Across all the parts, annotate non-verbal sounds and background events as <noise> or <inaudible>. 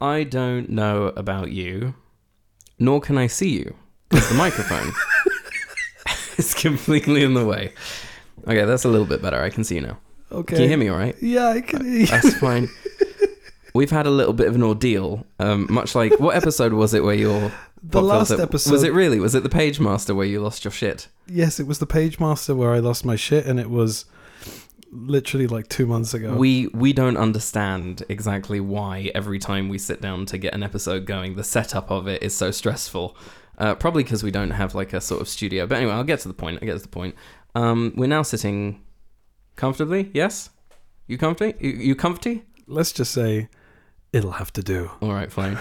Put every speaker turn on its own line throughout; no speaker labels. I don't know about you, nor can I see you because the microphone <laughs> is completely in the way. Okay, that's a little bit better. I can see you now.
Okay.
Can you hear me all right?
Yeah, I can hear you. <laughs>
That's fine. We've had a little bit of an ordeal, um, much like what episode was it where your
The
what
last
felt that-
episode-
was it really was it the page master where you lost your shit?
Yes, it was the Page Master where I lost my shit, and it was literally like two months ago.
We we don't understand exactly why every time we sit down to get an episode going, the setup of it is so stressful. Uh, probably because we don't have like a sort of studio. But anyway, I'll get to the point. I get to the point. Um, we're now sitting comfortably. Yes, you comfy? You, you comfy?
Let's just say it'll have to do.
All right, fine.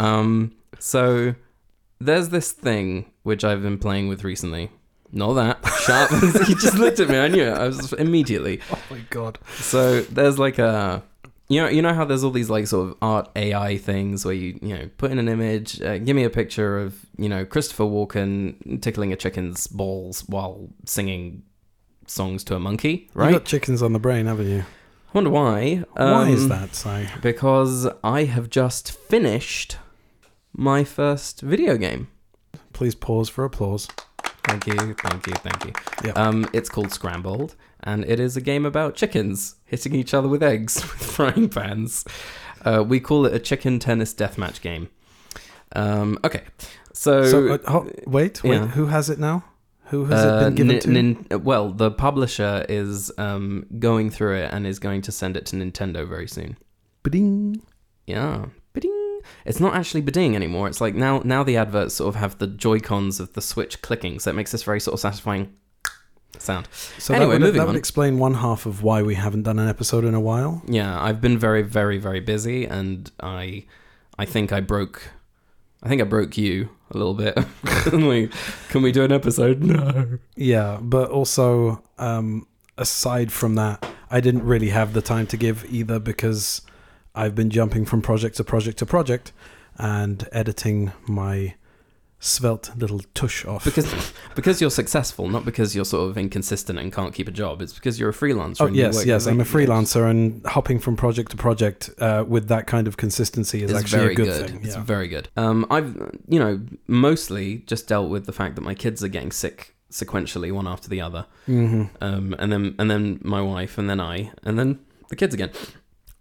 um, so there's this thing which I've been playing with recently. Not that sharp. he just looked at me. I knew it. I was immediately.
Oh my god.
So there's like a you know you know how there's all these like sort of art AI things where you you know put in an image, uh, give me a picture of you know Christopher Walken tickling a chicken's balls while singing songs to a monkey,
Right?
right?
got chickens on the brain, haven't you?
I wonder why.
Why is
Um,
that, Si?
Because I have just finished my first video game.
Please pause for applause.
Thank you, thank you, thank you.
Yeah.
Um, it's called Scrambled, and it is a game about chickens hitting each other with eggs <laughs> with frying pans. Uh, we call it a chicken tennis deathmatch game. Um, okay, so,
so, uh, ho- wait, wait.
yeah.
Who has it now? Who has
uh,
it been given
Nin-
to?
Nin- well, the publisher is um, going through it and is going to send it to Nintendo very soon.
Ba-ding.
Yeah. Ba-ding. It's not actually ba-ding anymore. It's like now now the adverts sort of have the Joy Cons of the Switch clicking, so it makes this very sort of satisfying sound.
So
Anyway,
that, would,
moving
that would
on.
explain one half of why we haven't done an episode in a while.
Yeah, I've been very, very, very busy, and I, I think I broke, I think I broke you a little bit. <laughs> Can we- can we do an episode? No.
Yeah, but also um, aside from that, I didn't really have the time to give either because I've been jumping from project to project to project and editing my svelte little tush off.
Because, because you're successful, not because you're sort of inconsistent and can't keep a job. It's because you're a freelancer.
oh
and you
yes,
work
yes, I'm
your
a
weekends.
freelancer, and hopping from project to project uh, with that kind of consistency is
It's
actually
very
a good,
good.
thing.
It's
yeah.
very good. Um, I've you know mostly just dealt with the fact that my kids are getting sick sequentially, one after the other,
hmm
um, and then and then my wife, and then I, and then the kids again.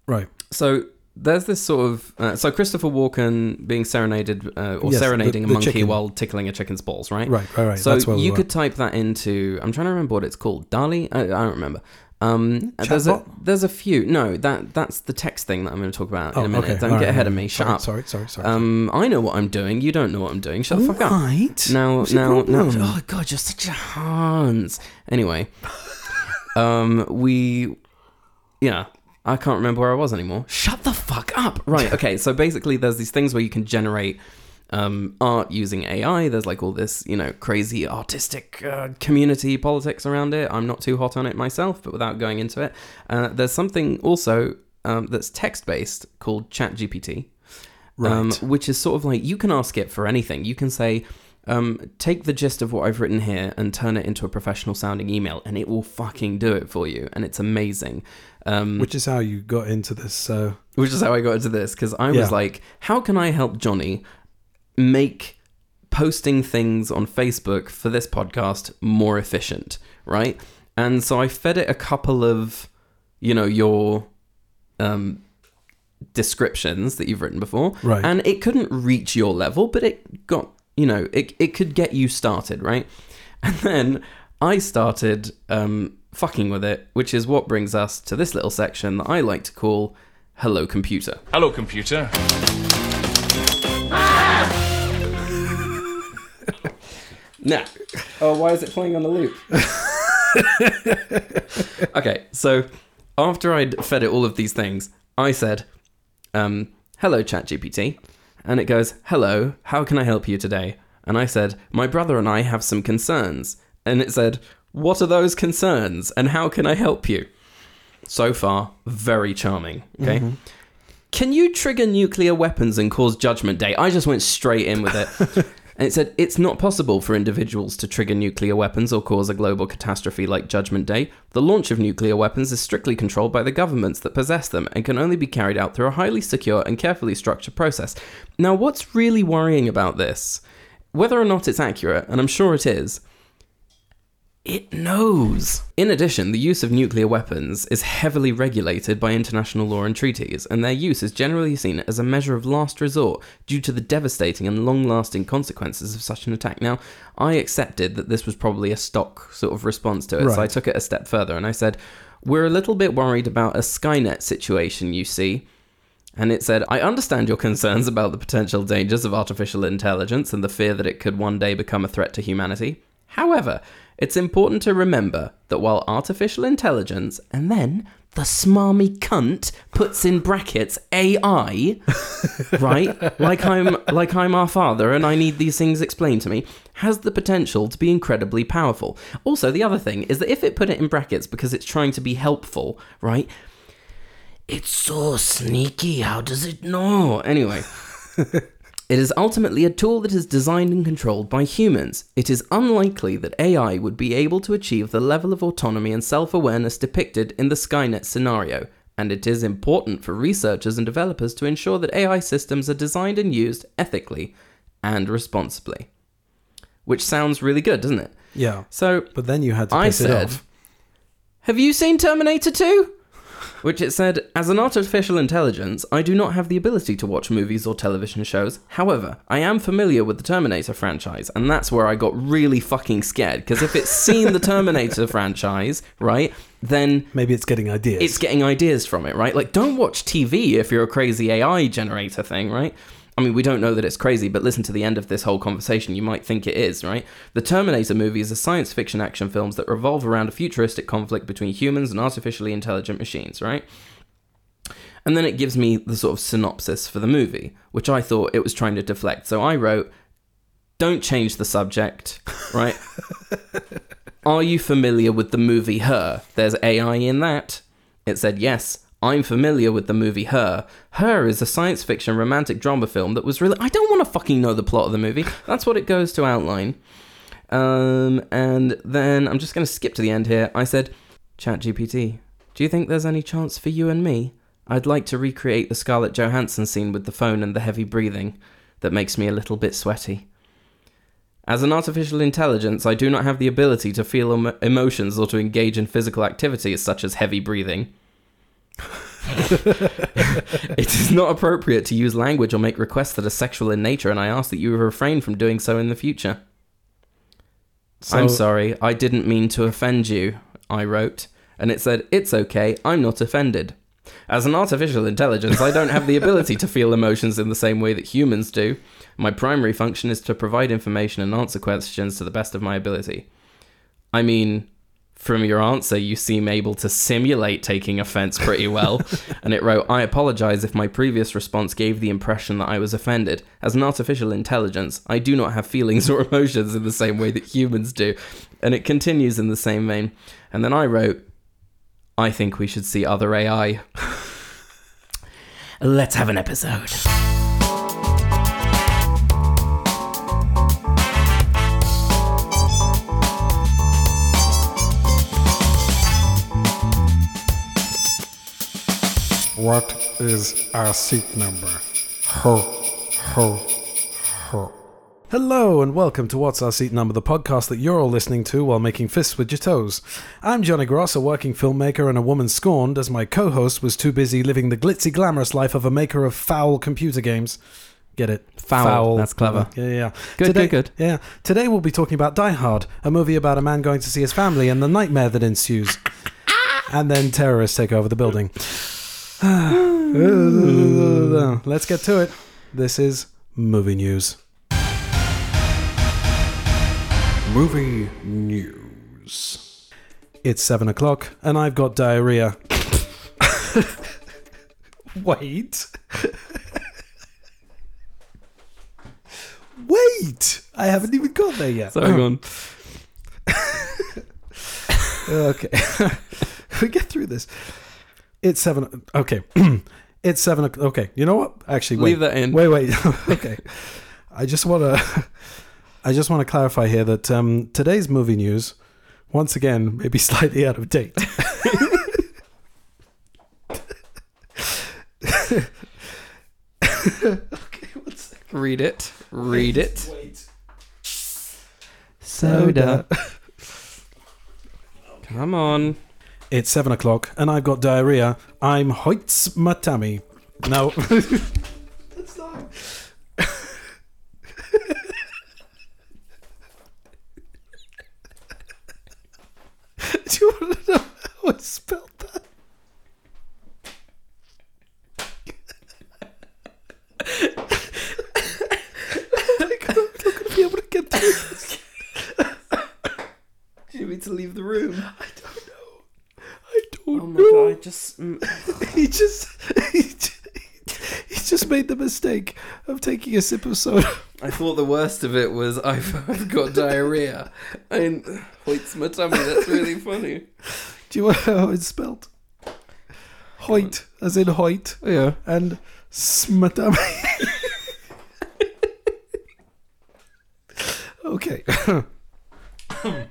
Right.
So there's this sort of uh, so Christopher Walken being serenaded uh, or
Yes, the-
serenading
the
a monkey
chicken.
while tickling a chicken's balls, right?
Right, right, right.
So
That's where
you
we
could type that into I'm trying to remember what it's called. Dali, I, I don't remember. Um, there's a
Chatbot?
there's a few. No, that that's the text thing that I'm going to talk about
were.
in a
Oh,
minute.
okay,
Don't
all
get
right,
ahead
all
of
right.
me. Shut
sorry,
up.
Sorry, sorry, sorry.
Um, I know what I'm doing. You don't know what I'm doing. Shut the fuck up.
Right.
Now,
What's your
now, now.
problem?
Oh god, you're such a Hans. Anyway, um, we, yeah, I can't remember where I was anymore. Shut the fuck up. Right. Okay. So basically, there's these things where you can generate um, art using AI. There's like all this, you know, crazy artistic uh, community politics around it. I'm not too hot on it myself, but without going into it, uh, there's something also um, that's text based called ChatGPT
Right.
um, which is sort of like you can ask it for anything. You can say, um, take the gist of what I've written here and turn it into a professional sounding email, and it will fucking do it for you. And it's amazing. Um, which,
Which is how you got into this. Uh,
is how I got into this because I
Yeah.
was like, how can I help Johnny make posting things on Facebook for this podcast more efficient? Right. And so I fed it a couple of, you know, your um, descriptions that you've written before
right.
and it couldn't reach your level but it got you know it, it could get you started right <laughs> and then i started um, fucking with it which is what brings us to this little section that i like to call hello computer
Hello, computer.
No. Oh, why is it playing on the loop? <laughs> okay, so after I'd fed it all of these things, I said, um, hello, ChatGPT. And it goes, hello, how can I help you today? And I said, my brother and I have some concerns. And it said, what are those concerns and how can I help you? So far, very charming. Okay. Can you trigger nuclear weapons and cause Judgment Day? I just went straight in with it. And it said, It's not possible for individuals to trigger nuclear weapons or cause a global catastrophe like Judgment Day. The launch of nuclear weapons is strictly controlled by the governments that possess them and can only be carried out through a highly secure and carefully structured process. Now, what's really worrying about this, whether or not it's accurate, and I'm sure it is, it knows. In addition, the use of nuclear weapons is heavily regulated by international law and treaties, and their use is generally seen as a measure of last resort due to the devastating and long lasting consequences of such an attack. Now, I accepted that this was probably a stock sort of response to it, so I
Right.
took it a step further and I said, We're a little bit worried about a Skynet situation, you see. And it said, I understand your concerns about the potential dangers of artificial intelligence and the fear that it could one day become a threat to humanity. However, it's important to remember that while artificial intelligence and then the smarmy cunt puts in brackets AI, right? Like I'm like I'm our father and I need these things explained to me, has the potential to be incredibly powerful. Also, the other thing is that if it put it in brackets because it's trying to be helpful, right? It's so sneaky. How does it know? Anyway. <laughs> It is ultimately a tool that is designed and controlled by humans. It is unlikely that AI would be able to achieve the level of autonomy and self awareness depicted in the Skynet scenario, and it is important for researchers and developers to ensure that AI systems are designed and used ethically and responsibly. Which sounds really good, doesn't it?
Yeah.
So,
But then you had to
I
piss it
said,
off.
Have you seen Terminator 2? Which it said, As an artificial intelligence, I do not have the ability to watch movies or television shows. However, I am familiar with the Terminator franchise, and that's where I got really fucking scared. Because if it's seen the Terminator <laughs> franchise, right, then
Maybe it's getting ideas.
it's getting ideas from it, right? Like, don't watch TV if you're a crazy AI generator thing, right? I mean, we don't know that it's crazy, but listen to the end of this whole conversation. You might think it is, right? The Terminator movies are science fiction action films that revolve around a futuristic conflict between humans and artificially intelligent machines, right? And then it gives me the sort of synopsis for the movie, which I thought it was trying to deflect. So I wrote, don't change the subject, right? Are you familiar with the movie Her? There's AI in that. It said, Yes, I'm familiar with the movie Her. Her is a science fiction romantic drama film that was really. I don't want to fucking know the plot of the movie. That's what it goes to outline. Um, and then I'm just going to skip to the end here. I said, ChatGPT, do you think there's any chance for you and me? I'd like to recreate the Scarlett Johansson scene with the phone and the heavy breathing that makes me a little bit sweaty. As an artificial intelligence, I do not have the ability to feel em- emotions or to engage in physical activities such as heavy breathing. it is not appropriate to use language or make requests that are sexual in nature, and I ask that you refrain from doing so in the future.
So-
I'm sorry, I didn't mean to offend you, I wrote. And it said, It's okay, I'm not offended. As an artificial intelligence, I don't have the ability to feel emotions in the same way that humans do. My primary function is to provide information and answer questions to the best of my ability. I mean, from your answer, you seem able to simulate taking offense pretty <laughs> well. and it wrote, I apologize if my previous response gave the impression that I was offended. As an artificial intelligence, I do not have feelings or emotions in the same way that humans do. And it continues in the same vein. And then I wrote, I think we should see other <laughs> AI. Let's have an episode.
What is our seat number? Ho, ho, ho. Hello and welcome to What's Our Seat Number, the podcast that you're all listening to while making fists with your toes. I'm Johnny Gross, a working filmmaker and a woman scorned, as my co host was too busy living the glitzy, glamorous life of a maker of foul computer games. Get it?
Foul. That's clever.
Yeah, yeah, yeah.
Good,
Today,
good,
Yeah. Today we'll be talking about Die Hard, a movie about a man going to see his family and the nightmare that
<laughs>
ensues. And then terrorists take over
<sighs>
the building. Let's get to it. This is movie news.
Movie news.
It's seven o'clock and I've got diarrhea. <laughs> Wait. <laughs> Wait! I haven't even got there yet.
Sorry, go on.
okay. <laughs> we get through this. It's seven. Okay. <clears throat> it's seven. o'clock. Okay. You know what? Actually, wait. <laughs>
Leave that in.
Wait, wait. okay. I just want to. <laughs> I just want to clarify here that um, today's movie news, once again, may be slightly out of date.
Read it. Read it. Come on.
It's seven o'clock, and I've got diarrhea. I'm Hoyts Matami. <laughs> No. <laughs> Do you want to know how I spelled that? I'm not going to be able to get through this.
Do <laughs> you need to leave the room?
I don't
Oh my
know.
god! I just mm,
he just <laughs> he, just- he just made the mistake of taking a sip of soda.
I thought the worst of it was <laughs> I've, I've got diarrhea. I mean, hoits my tummy. That's really funny.
Do you want to know how it's spelled? Hoyt, as in Hoyt,
Yeah.
and smatami. okay.
<laughs>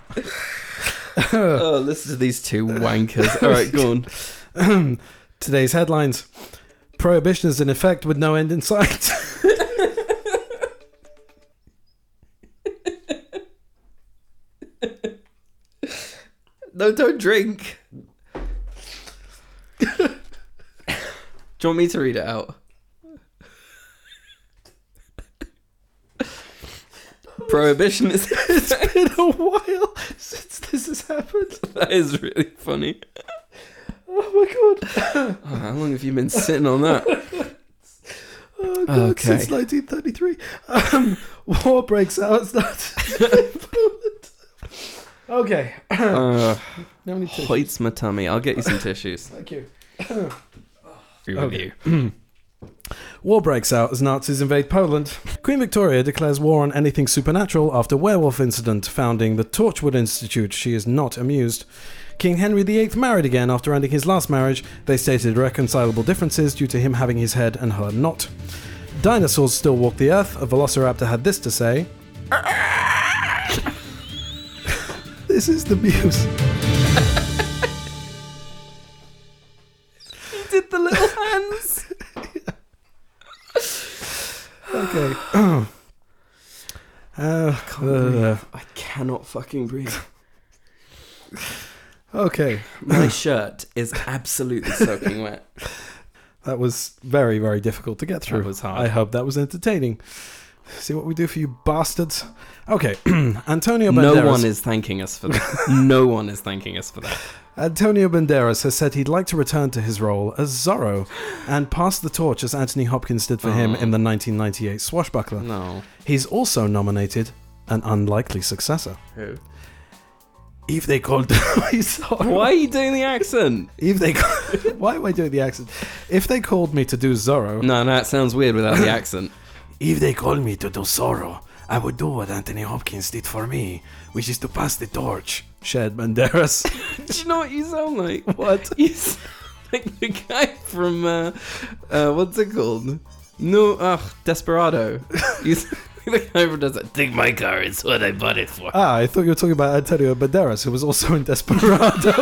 Oh, listen to these two wankers. All right, go on.
Today's headlines: Prohibition is in effect with no end in sight.
<laughs>
<laughs>
No, don't drink. Do you want me to read it out? Prohibition is <laughs>
it's been a while since this has happened.
that is really funny.
Oh my god!
Oh, how long have you been sitting on that?
Oh god!
Okay.
Since 1933, um, war breaks out. It's
<laughs>
not. okay.
<coughs> Uh,
Now we need to-
hoits my tummy. I'll get you some tissues.
Thank you.
Be
Okay. War breaks out as Nazis invade Poland. Queen Victoria declares war on anything supernatural after werewolf incident, founding the Torchwood Institute. She is not amused. King Henry VIII married again after ending his last marriage. They stated irreconcilable differences due to him having his head and her not. Dinosaurs still walk the earth. A velociraptor had this to say. <laughs> this is the muse.
Did the little <laughs> hands?
<clears throat> Okay. Uh, uh,
I cannot fucking breathe.
okay.
<laughs> My shirt is absolutely soaking <laughs> wet.
That was very, very difficult to get through.
was hard.
I hope that was entertaining. See what we do for you bastards. Okay, <clears throat> Antonio Banderas.
No one is thanking us for that. <laughs> No one is thanking us for that.
Antonio Banderas has said he'd like to return to his role as Zorro and pass the torch as Anthony Hopkins did for him
Oh. Mm.
in the 1998 Swashbuckler.
No.
He's also nominated an unlikely successor. <laughs>
Who?
If they called me
<laughs>
Zorro,
Why are you doing the accent?
If they, ca- why am I doing the accent? If they called me to do
<laughs>
Zorro,
No, no, it sounds weird without the <laughs> accent.
If they call me to do sorrow, I would do what Anthony Hopkins did for me, which is to pass the torch. Shared Banderas. <laughs>
Do you know what you sound like? What? <laughs> You sound like the guy from uh, uh, what's it called? No, ugh, <laughs> Desperado. You sound like the guy from Desperado. Take my car. It's what I bought it for.
ah, I thought you were talking about Antonio Banderas, who was also in <laughs> Desperado.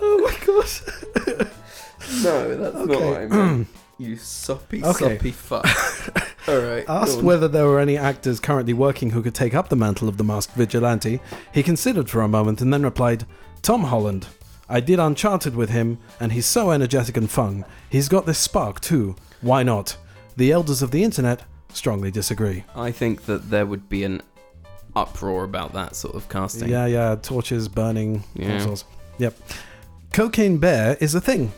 oh my gosh.
No, that's
not Okay. what I <clears throat> meant.
you soppy,
Okay.
soppy fuck.
<laughs>
All right.
Asked whether there were any actors currently working who could take up the mantle of the masked vigilante, he considered for a moment and then replied, Tom Holland. I did Uncharted with him, and he's so energetic and fun. He's got this spark too. Why not? The elders of the internet strongly disagree.
I think that there would be an uproar about that sort of casting.
Yeah, yeah, torches, burning, all
Yeah.
sorts. Yep. Cocaine Bear is a thing.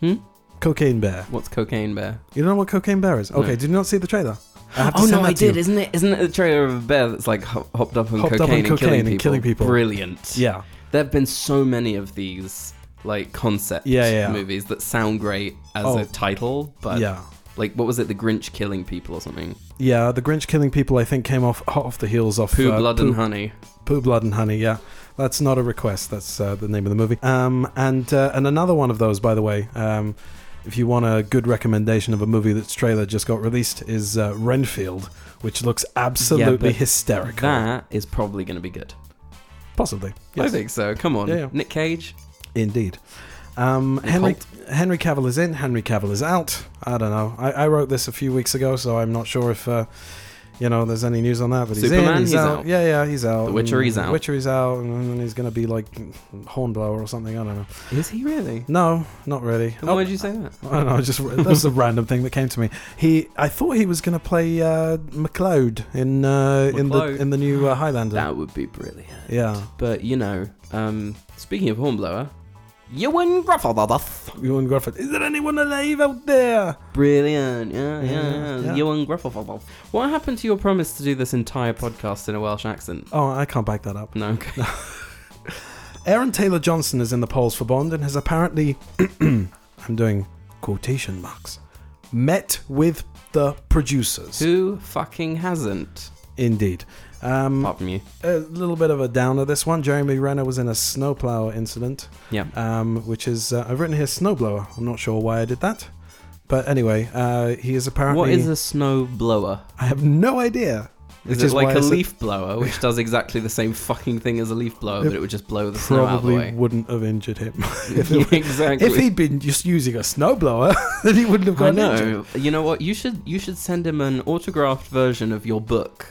Hmm?
Cocaine Bear.
What's Cocaine Bear?
You don't know what Cocaine Bear is? Okay,
No.
did you not see the trailer? <gasps> I have to
Oh
send
no,
that
I
to you.
did. Isn't it? Isn't it the trailer of a bear that's like ho- hopped up on
Hopped up on
cocaine,
cocaine
and, killing,
and killing people.
Brilliant.
Yeah.
There have been so many of these like concept
Yeah, yeah.
movies that sound great as
Oh.
a title, but
yeah.
like what was it? The Grinch killing people or something?
Yeah, the Grinch killing people, I think, came off hot off the heels off
Poo,
uh,
blood,
poo,
and honey.
Poo, blood and honey. Yeah, that's not a request. That's uh, the name of the movie. Um, and uh, and another one of those, by the way. Um, If you want a good recommendation of a movie that's trailer just got released, is uh, Renfield, which looks absolutely
but
hysterical.
That is probably going to be good.
Possibly,
I
yes.
think so. Come on,
Yeah, yeah.
Nick Cage.
Indeed. Um,
Nick
Henry
Holt.
Henry Cavill is in. Henry Cavill is out. I don't know. I, I wrote this a few weeks ago, so I'm not sure if uh, you know there's any news on that. But he's in.
Superman,
He's,
he's
out.
out.
Yeah, yeah, he's out.
The Witcher,
And
he's out.
Witcher, he's out, and then he's gonna be like Hornblower or something. I don't know.
Is he really?
No, not really. Oh,
Then Why did you say that?
I don't know. Just that's a random thing that came to me. He, I thought he was gonna play uh, McLeod in uh, in the
McLeod.
in the new uh, Highlander.
That would be brilliant.
yeah,
But you know, um, speaking of Hornblower, Ewan Gruffaldoth.
Ewan Gruffudd. Is there anyone alive out there?
Brilliant. Yeah,
Yeah,
yeah, yeah.
yeah.
Ewan Gruffaldoth. What happened to your promise to do this entire podcast in a Welsh accent?
Oh, I can't back that up.
No. Okay.
Aaron Taylor Johnson is in the polls for Bond and has apparently, <clears throat> I'm doing quotation marks, met with the producers.
Who fucking hasn't?
Indeed. Um,
Apart from you.
a little bit of a downer this one. Jeremy Renner was in a snowplow incident,
Yeah.
um, which is, uh, I've written here snowblower. I'm not sure why I did that. But anyway, uh, he is apparently.
What is a snow blower?
I have no idea.
Is
Which
it
is why
like
I
a
said-
leaf blower,
<laughs>
which does exactly the same fucking thing as a leaf blower,
It
but it would just blow the snow out of the
Probably
way?
wouldn't have injured
<laughs>
him. <laughs> if,
Yeah,
it-
exactly.
if he'd been just using a snowblower, <laughs> then he wouldn't have
I
gotten injured.
know. You know what? You should you should send him an autographed version of your
<laughs>
book,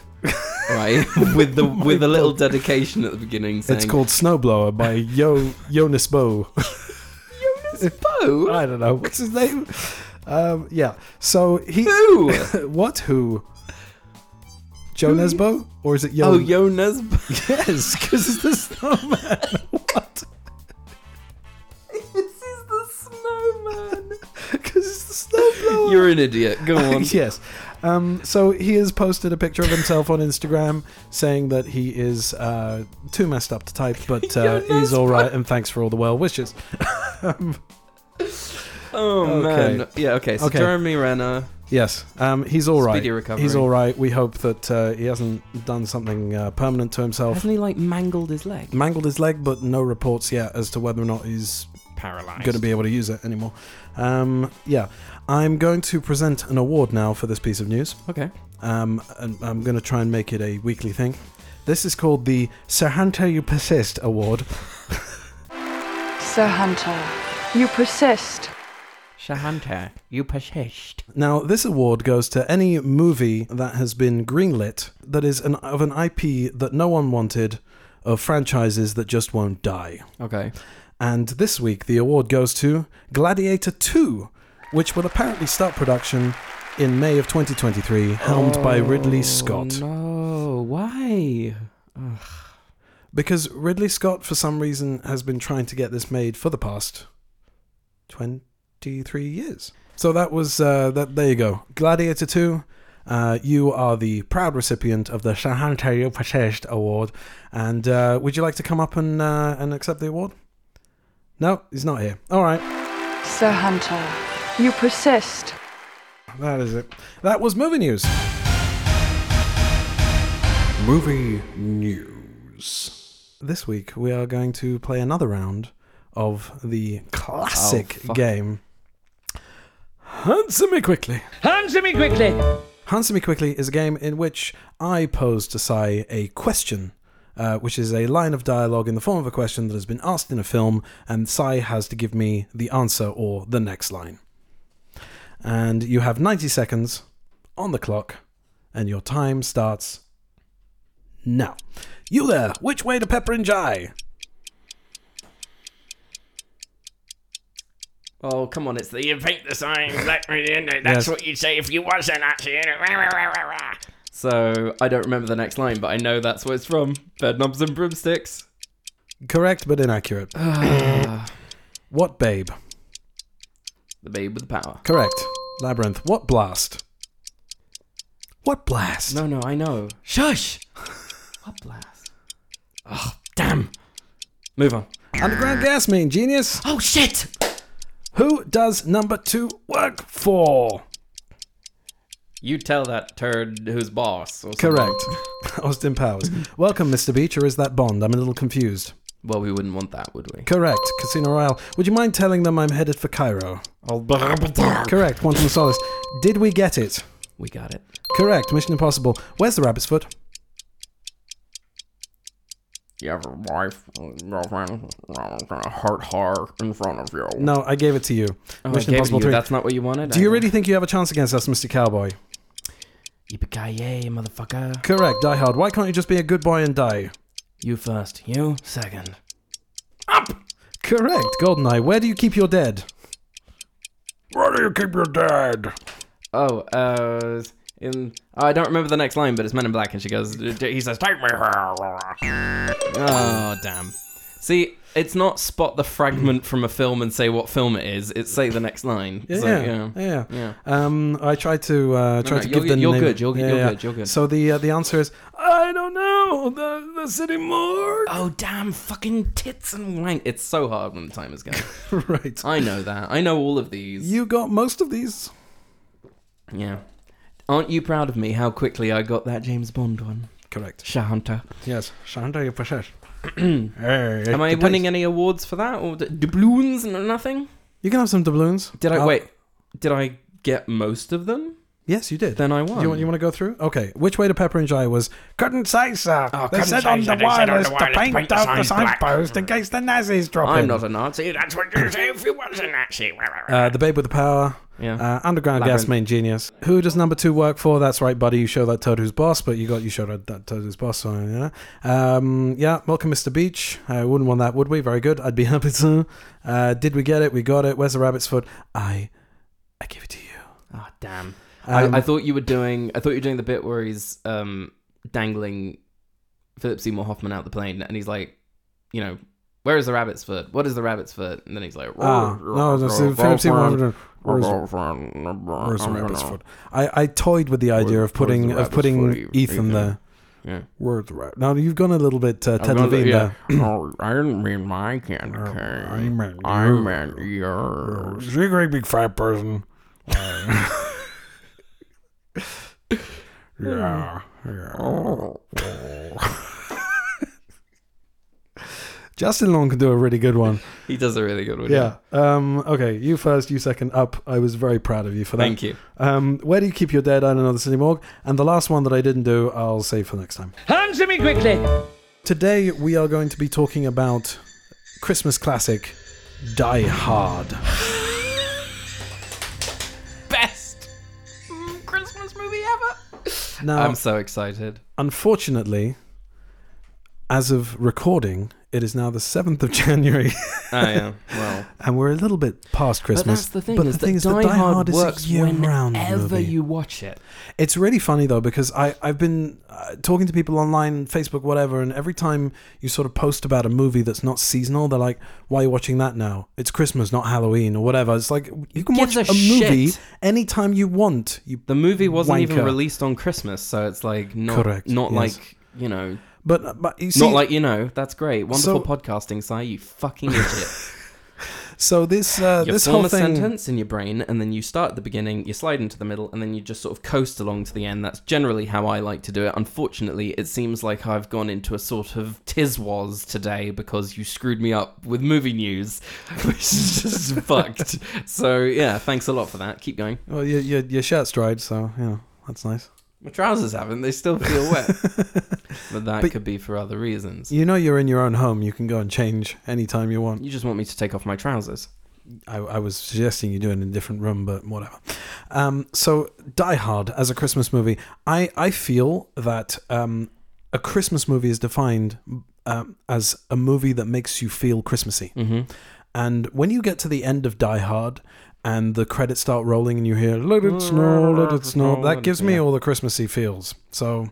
right? with the with a little dedication at the beginning saying,
It's called Snowblower <laughs> by Yo Jonas Bo.
"Bo,
<laughs> I don't know what's his name. Um, yeah. So <laughs> he
who?
what who? Jonas Bo or is it Yo? <laughs>
Oh, Jonas. Bo-
yes, because it's the snowman. <laughs> what?
this is the
<laughs>
snowman.
Because it's the snowblower.
You're an idiot.
<laughs>
Go on.
yes. Um, so he has posted a picture of himself on Instagram saying that he is uh, too messed up to type, <laughs> but uh,
Jonas
he's all right, and thanks for all the well wishes.
Oh
Okay.
man. Yeah. Okay. So
Okay.
Jeremy Renner.
Yes, um, he's all right.
Speedy recovery.
He's all right. We hope that uh, he hasn't done something uh, permanent to himself.
Hasn't he like mangled his leg?
Mangled his leg, but no reports yet as to whether or not he's
Paralyzed.
going to be able to use it anymore. Um, yeah, I'm going to present an award now for this piece of news.
Okay.
Um, and I'm going to try and make it a weekly thing. This is called the Sir Hunter You Persist Award.
Sir Hunter, you persist.
Shahanta, you persist.
Now, this award goes to any movie that has been greenlit that is an, of an IP that no one wanted, of franchises that just won't die.
Okay.
And this week, the award goes to Gladiator 2, which will apparently start production in May of 2023, helmed by
Oh.
Ridley Scott.
No. Why?
Because Ridley Scott, for some reason, has been trying to get this made for the past 23 years. So that was, uh, that. there you go. Gladiator 2. Uh, you are the proud recipient of the Shahantayo Patesh Award, and uh, would you like to come up and uh, and accept the award? No, he's not here. All right,
Sir Hunter, you persist.
That is it. That was movie news.
Movie News.
This week we are going to play another round of the classic
Oh, fuck.
game. Answer me quickly.
Answer me quickly.
Answer me quickly is a game in which I pose to Sai a question, uh, which is a line of dialogue in the form of a question that has been asked in a film, and Sai has to give me the answer or the next line. And you have 90 seconds on the clock, and your time starts now. You there, which way to Pepperidge Eye?
Oh, come on. It's the
You paint the sign black with the <laughs> index. That's
Yes.
what you'd say if you was an accident.
So I don't remember the next line, but I know that's where it's from. Bed knobs and broomsticks.
Correct
<sighs>
but inaccurate.
Ah.
what babe?
The babe with the power.
Correct. Labyrinth. What blast? What blast?
No, no, I know. Shush. <laughs> What blast? Oh, damn. Move on.
Underground gas main genius.
Oh shit.
Who does number two work for?
You tell that turd who's boss. Or something. <laughs>
<laughs> Correct. Austin Powers. Welcome, Mr. Beach, or is that Bond? I'm a little confused.
Well, we wouldn't want that, would we?
Correct. Casino Royale. Would you mind telling them I'm headed for Cairo? Correct. Quantum Solace. Did we get it?
We got it.
Correct. Mission Impossible. Where's the rabbit's foot?
You have a wife, girlfriend, heart, heart in front of you.
No, I gave it to you.
Oh, I
Mission
gave it
Impossible
you.
3.
That's not what you wanted.
Do you really think you have a chance against us, Mr. Cowboy?
Yippee motherfucker!
Correct. Die Hard. Why can't you just be a good boy and die?
You first. You second.
Correct. Goldeneye. Where do you keep your dead?
Where do you keep your dad?
Oh, uh, in I don't remember the next line, but it's Men in Black, and she goes, he says, "Take me here." Oh damn! See, it's not spot the fragment from a film and say what film it is. It's say the next line.
Yeah,
So,
yeah, yeah.
yeah.
Um, I tried to uh, try
no,
to
you're-
give the
you're
name-
good, you're- you're good, you're good.
So the uh, the answer is I don't know the the city morgue.
Oh damn! Fucking tits and wank. It's so hard when the time is
<laughs>
going.
right.
I know that. I know all of these.
You got most of these.
Yeah. Aren't you proud of me? How quickly I got that James Bond one,
Correct.
Shahunter.
Yes. Shanda, you possess.
Am I winning any awards for that or d- doubloons and nothing?
You can have some doubloons. Uh,
Did I
I'll-
wait? Did I get most of them?
Yes, you did.
Then I
Do
won.
you want you want to go through? Okay. Which way to Pepper and Jai was couldn't say, sir. they
couldn't
said
say,
on
sir.
the
They said on
wireless to
the wireless,
paint
paint the
out the
sign black."
signpost in case the Nazis drop
I'm
in.
not a Nazi. That's what.
That's what you say if you was a Nazi.
Uh, the Babe with the Power.
Yeah.
Uh, underground Gas
Labyrinth.
Main Genius. Who does number two work for? That's right, buddy. You show that toad who's boss, but you got you showed that toad who's boss. So, yeah. Um, yeah. Welcome, Mr. Beach. I wouldn't want that, would we? Very good. I'd be <laughs> happy to. Uh, did we get it? We got it. Where's the rabbit's foot? I, I give it to you.
Ah, damn.
Um,
I, I thought you were doing. I thought you were doing the bit where he's um, dangling Philip Seymour Hoffman out the plane, and he's like, you know, where is the rabbit's foot? What is the rabbit's foot? And then he's like,
Ah, no, that's Philip Seymour Hoffman. Where's, where's the rabbit's foot? I, I toyed with the idea of putting
where's the
of putting
rabbit's
Ethan,
foot, Ethan?
there.
Yeah.
Where's the rabbit? Now you've gone a little bit uh, Ted Levine there.
oh, I didn't mean my candy cane.
meant
I meant yours.
She's a great big fat person. yeah, Justin Long can do a really good one.
He does a really good one.
Yeah. Um, okay, you first, you second. Up. I was very proud of you for that.
Thank you.
Um, where do you keep your dead? I don't know the city morgue. And the last one that I didn't do, I'll save for next time.
Answer me quickly.
Today we are going to be talking about Christmas classic Die Hard.
<laughs> Best Christmas movie ever. Um,
Now,
I'm so
<laughs>
excited.
unfortunately, as of recording, it is now the 7th of <laughs> January
I am. Well.
and we're a little bit past
But
Christmas.
that's the thing.
But
is
the thing
that
is
Die,
that Die
Hard,
Hard is a
works
year-round
whenever
movie.
you watch it.
It's really funny though because I I've been uh, talking to people online, Facebook, whatever, and every time you sort of post about a movie that's not seasonal, they're like, "Why are you watching that now? It's Christmas, not Halloween or whatever." It's like you can watch
gives
a,
a
movie
shit?
anytime you want. You
The movie wasn't even
Wanker.
released on Christmas, so it's like not
Correct,
not
yes.
like you know,
but uh, but you see,
not like you know. That's great, wonderful
So-
podcasting, Si. You fucking idiot.
<laughs> so this uh,
you
this
form
whole
a
thing.
sentence in your brain, and then you start at the beginning, you slide into the middle, and then you just sort of coast along to the end. That's generally how I like to do it. Unfortunately, it seems like I've gone into a sort of tis was today because you screwed me up with movie news, <laughs> which is just fucked. So yeah, thanks a lot for that. Keep going.
Well, your your, your shirt's dried, so you know that's nice.
My trousers haven't; they still feel <laughs> wet. but that
But-
could be for other reasons.
You know you're in your own home. You can go and change anytime you want.
You just want me to take off my trousers.
I, I was suggesting you do it in a different room, but whatever. Um, so, Die Hard as a Christmas movie, I, I feel that um, a Christmas movie is defined um, as a movie that makes you feel Christmassy.
Mm-hmm.
And when you get to the end of Die Hard and the credits start rolling and you hear, let it snow, let it snow, that gives me all the Christmassy feels. So,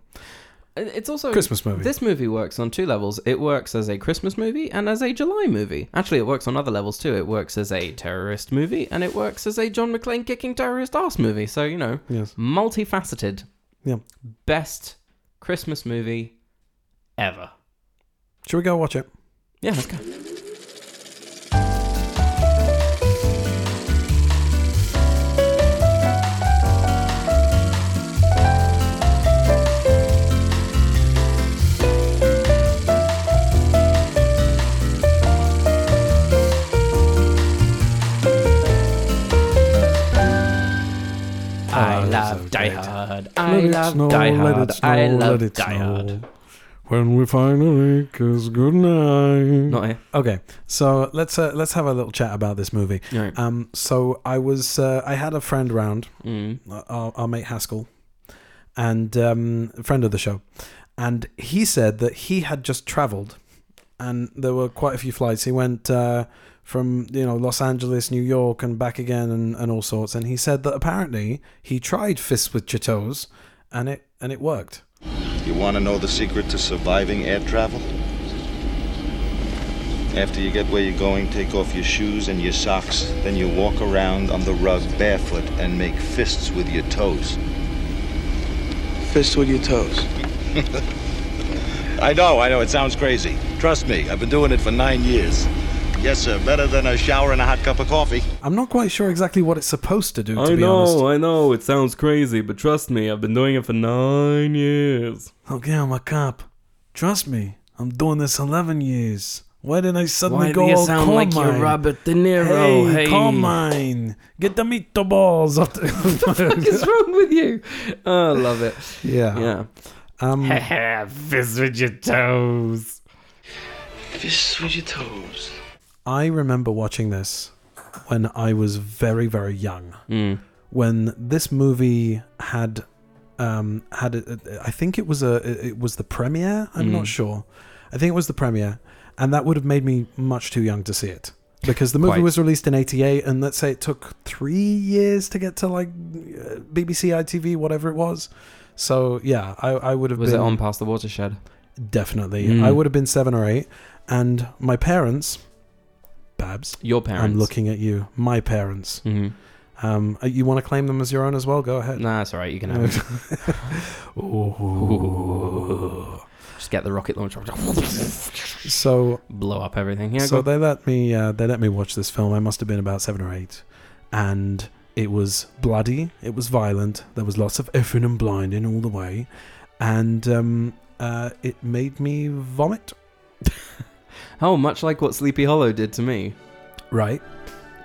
It- It's also
Christmas movie.
Oh, This movie works on two levels. It works as a Christmas movie and as a July movie. Actually, it works on other levels too. It works as a terrorist movie and it works as a John McClane kicking terrorist ass movie. So you know,
Yes.
multifaceted,
yeah.
best Christmas movie ever.
Should we go watch it?
Yeah, let's go.
Oh,
love
so
Die
great.
Hard.
Let
I
it
love
snow,
Die
let
Hard.
it
I
snow,
love
let it
Die
snow.
Hard.
When we finally kiss goodnight.
Not here.
Okay, so let's uh, let's have a little chat about this movie.
Right.
Um, so I was uh, I had a friend round,
Mm.
uh, our, our mate Haskell, and um, a friend of the show, and he said that he had just travelled, and there were quite a few flights. He went uh, from you know Los Angeles, New York, and back again, and, and all sorts. And he said that apparently he tried fists with Chitos, and it and it worked.
You want to know the secret to surviving air travel? After you get where you're going, take off your shoes and your socks. Then you walk around on the rug barefoot and make fists with your toes.
Fist with your toes.
<laughs> I know, I know, it sounds crazy. Trust me, I've been doing it for nine years. Yes, sir, better than a shower and a hot cup of coffee.
I'm not quite sure exactly what it's supposed to do. To
I
be
know,
honest.
Oh, I know. It sounds crazy, but trust me, I've been doing it for nine years.
Okay, I'm a cop. Trust me, I'm doing this 11 years. Why did I suddenly
Why
go
do you
all
sound
coal
like
mine?
you're Robert De Niro?
Hey,
Hey,
coal mine. Get the meatballs. up
What <laughs> is
the-
wrong with you? Oh, I love <laughs> it.
yeah.
Yeah.
Um,
Fizz with your toes.
Fist with your toes.
I remember watching this when I was very, very young.
Mm.
When this movie had, um, had a, a- I think it was a, it was the premiere. I'm
Mm.
not sure. I think it was the premiere, and that would have made me much too young to see it because the movie
Quite.
was released in '88, and let's say it took three years to get to like uh, BBC, ITV, whatever it was. So yeah, I, I would have
Was
been
it on past the watershed?
definitely.
Mm.
I would have been seven or eight, and my parents, Babs.
Your parents.
I'm looking at you. My parents.
Mhm.
Um, uh, you want to claim them as your own as well? Go ahead.
Nah, it's all right. You can have it. <laughs>
<laughs> Ooh.
Just get the rocket launcher. <laughs>
So,
Blow up everything. Yeah,
so
go.
they let me. Uh, they let me watch this film. I must have been about seven or eight, and it was bloody. It was violent. There was lots of effing and blinding all the way, and um, uh, it made me vomit.
Oh, much like what Sleepy Hollow did to me.
Right,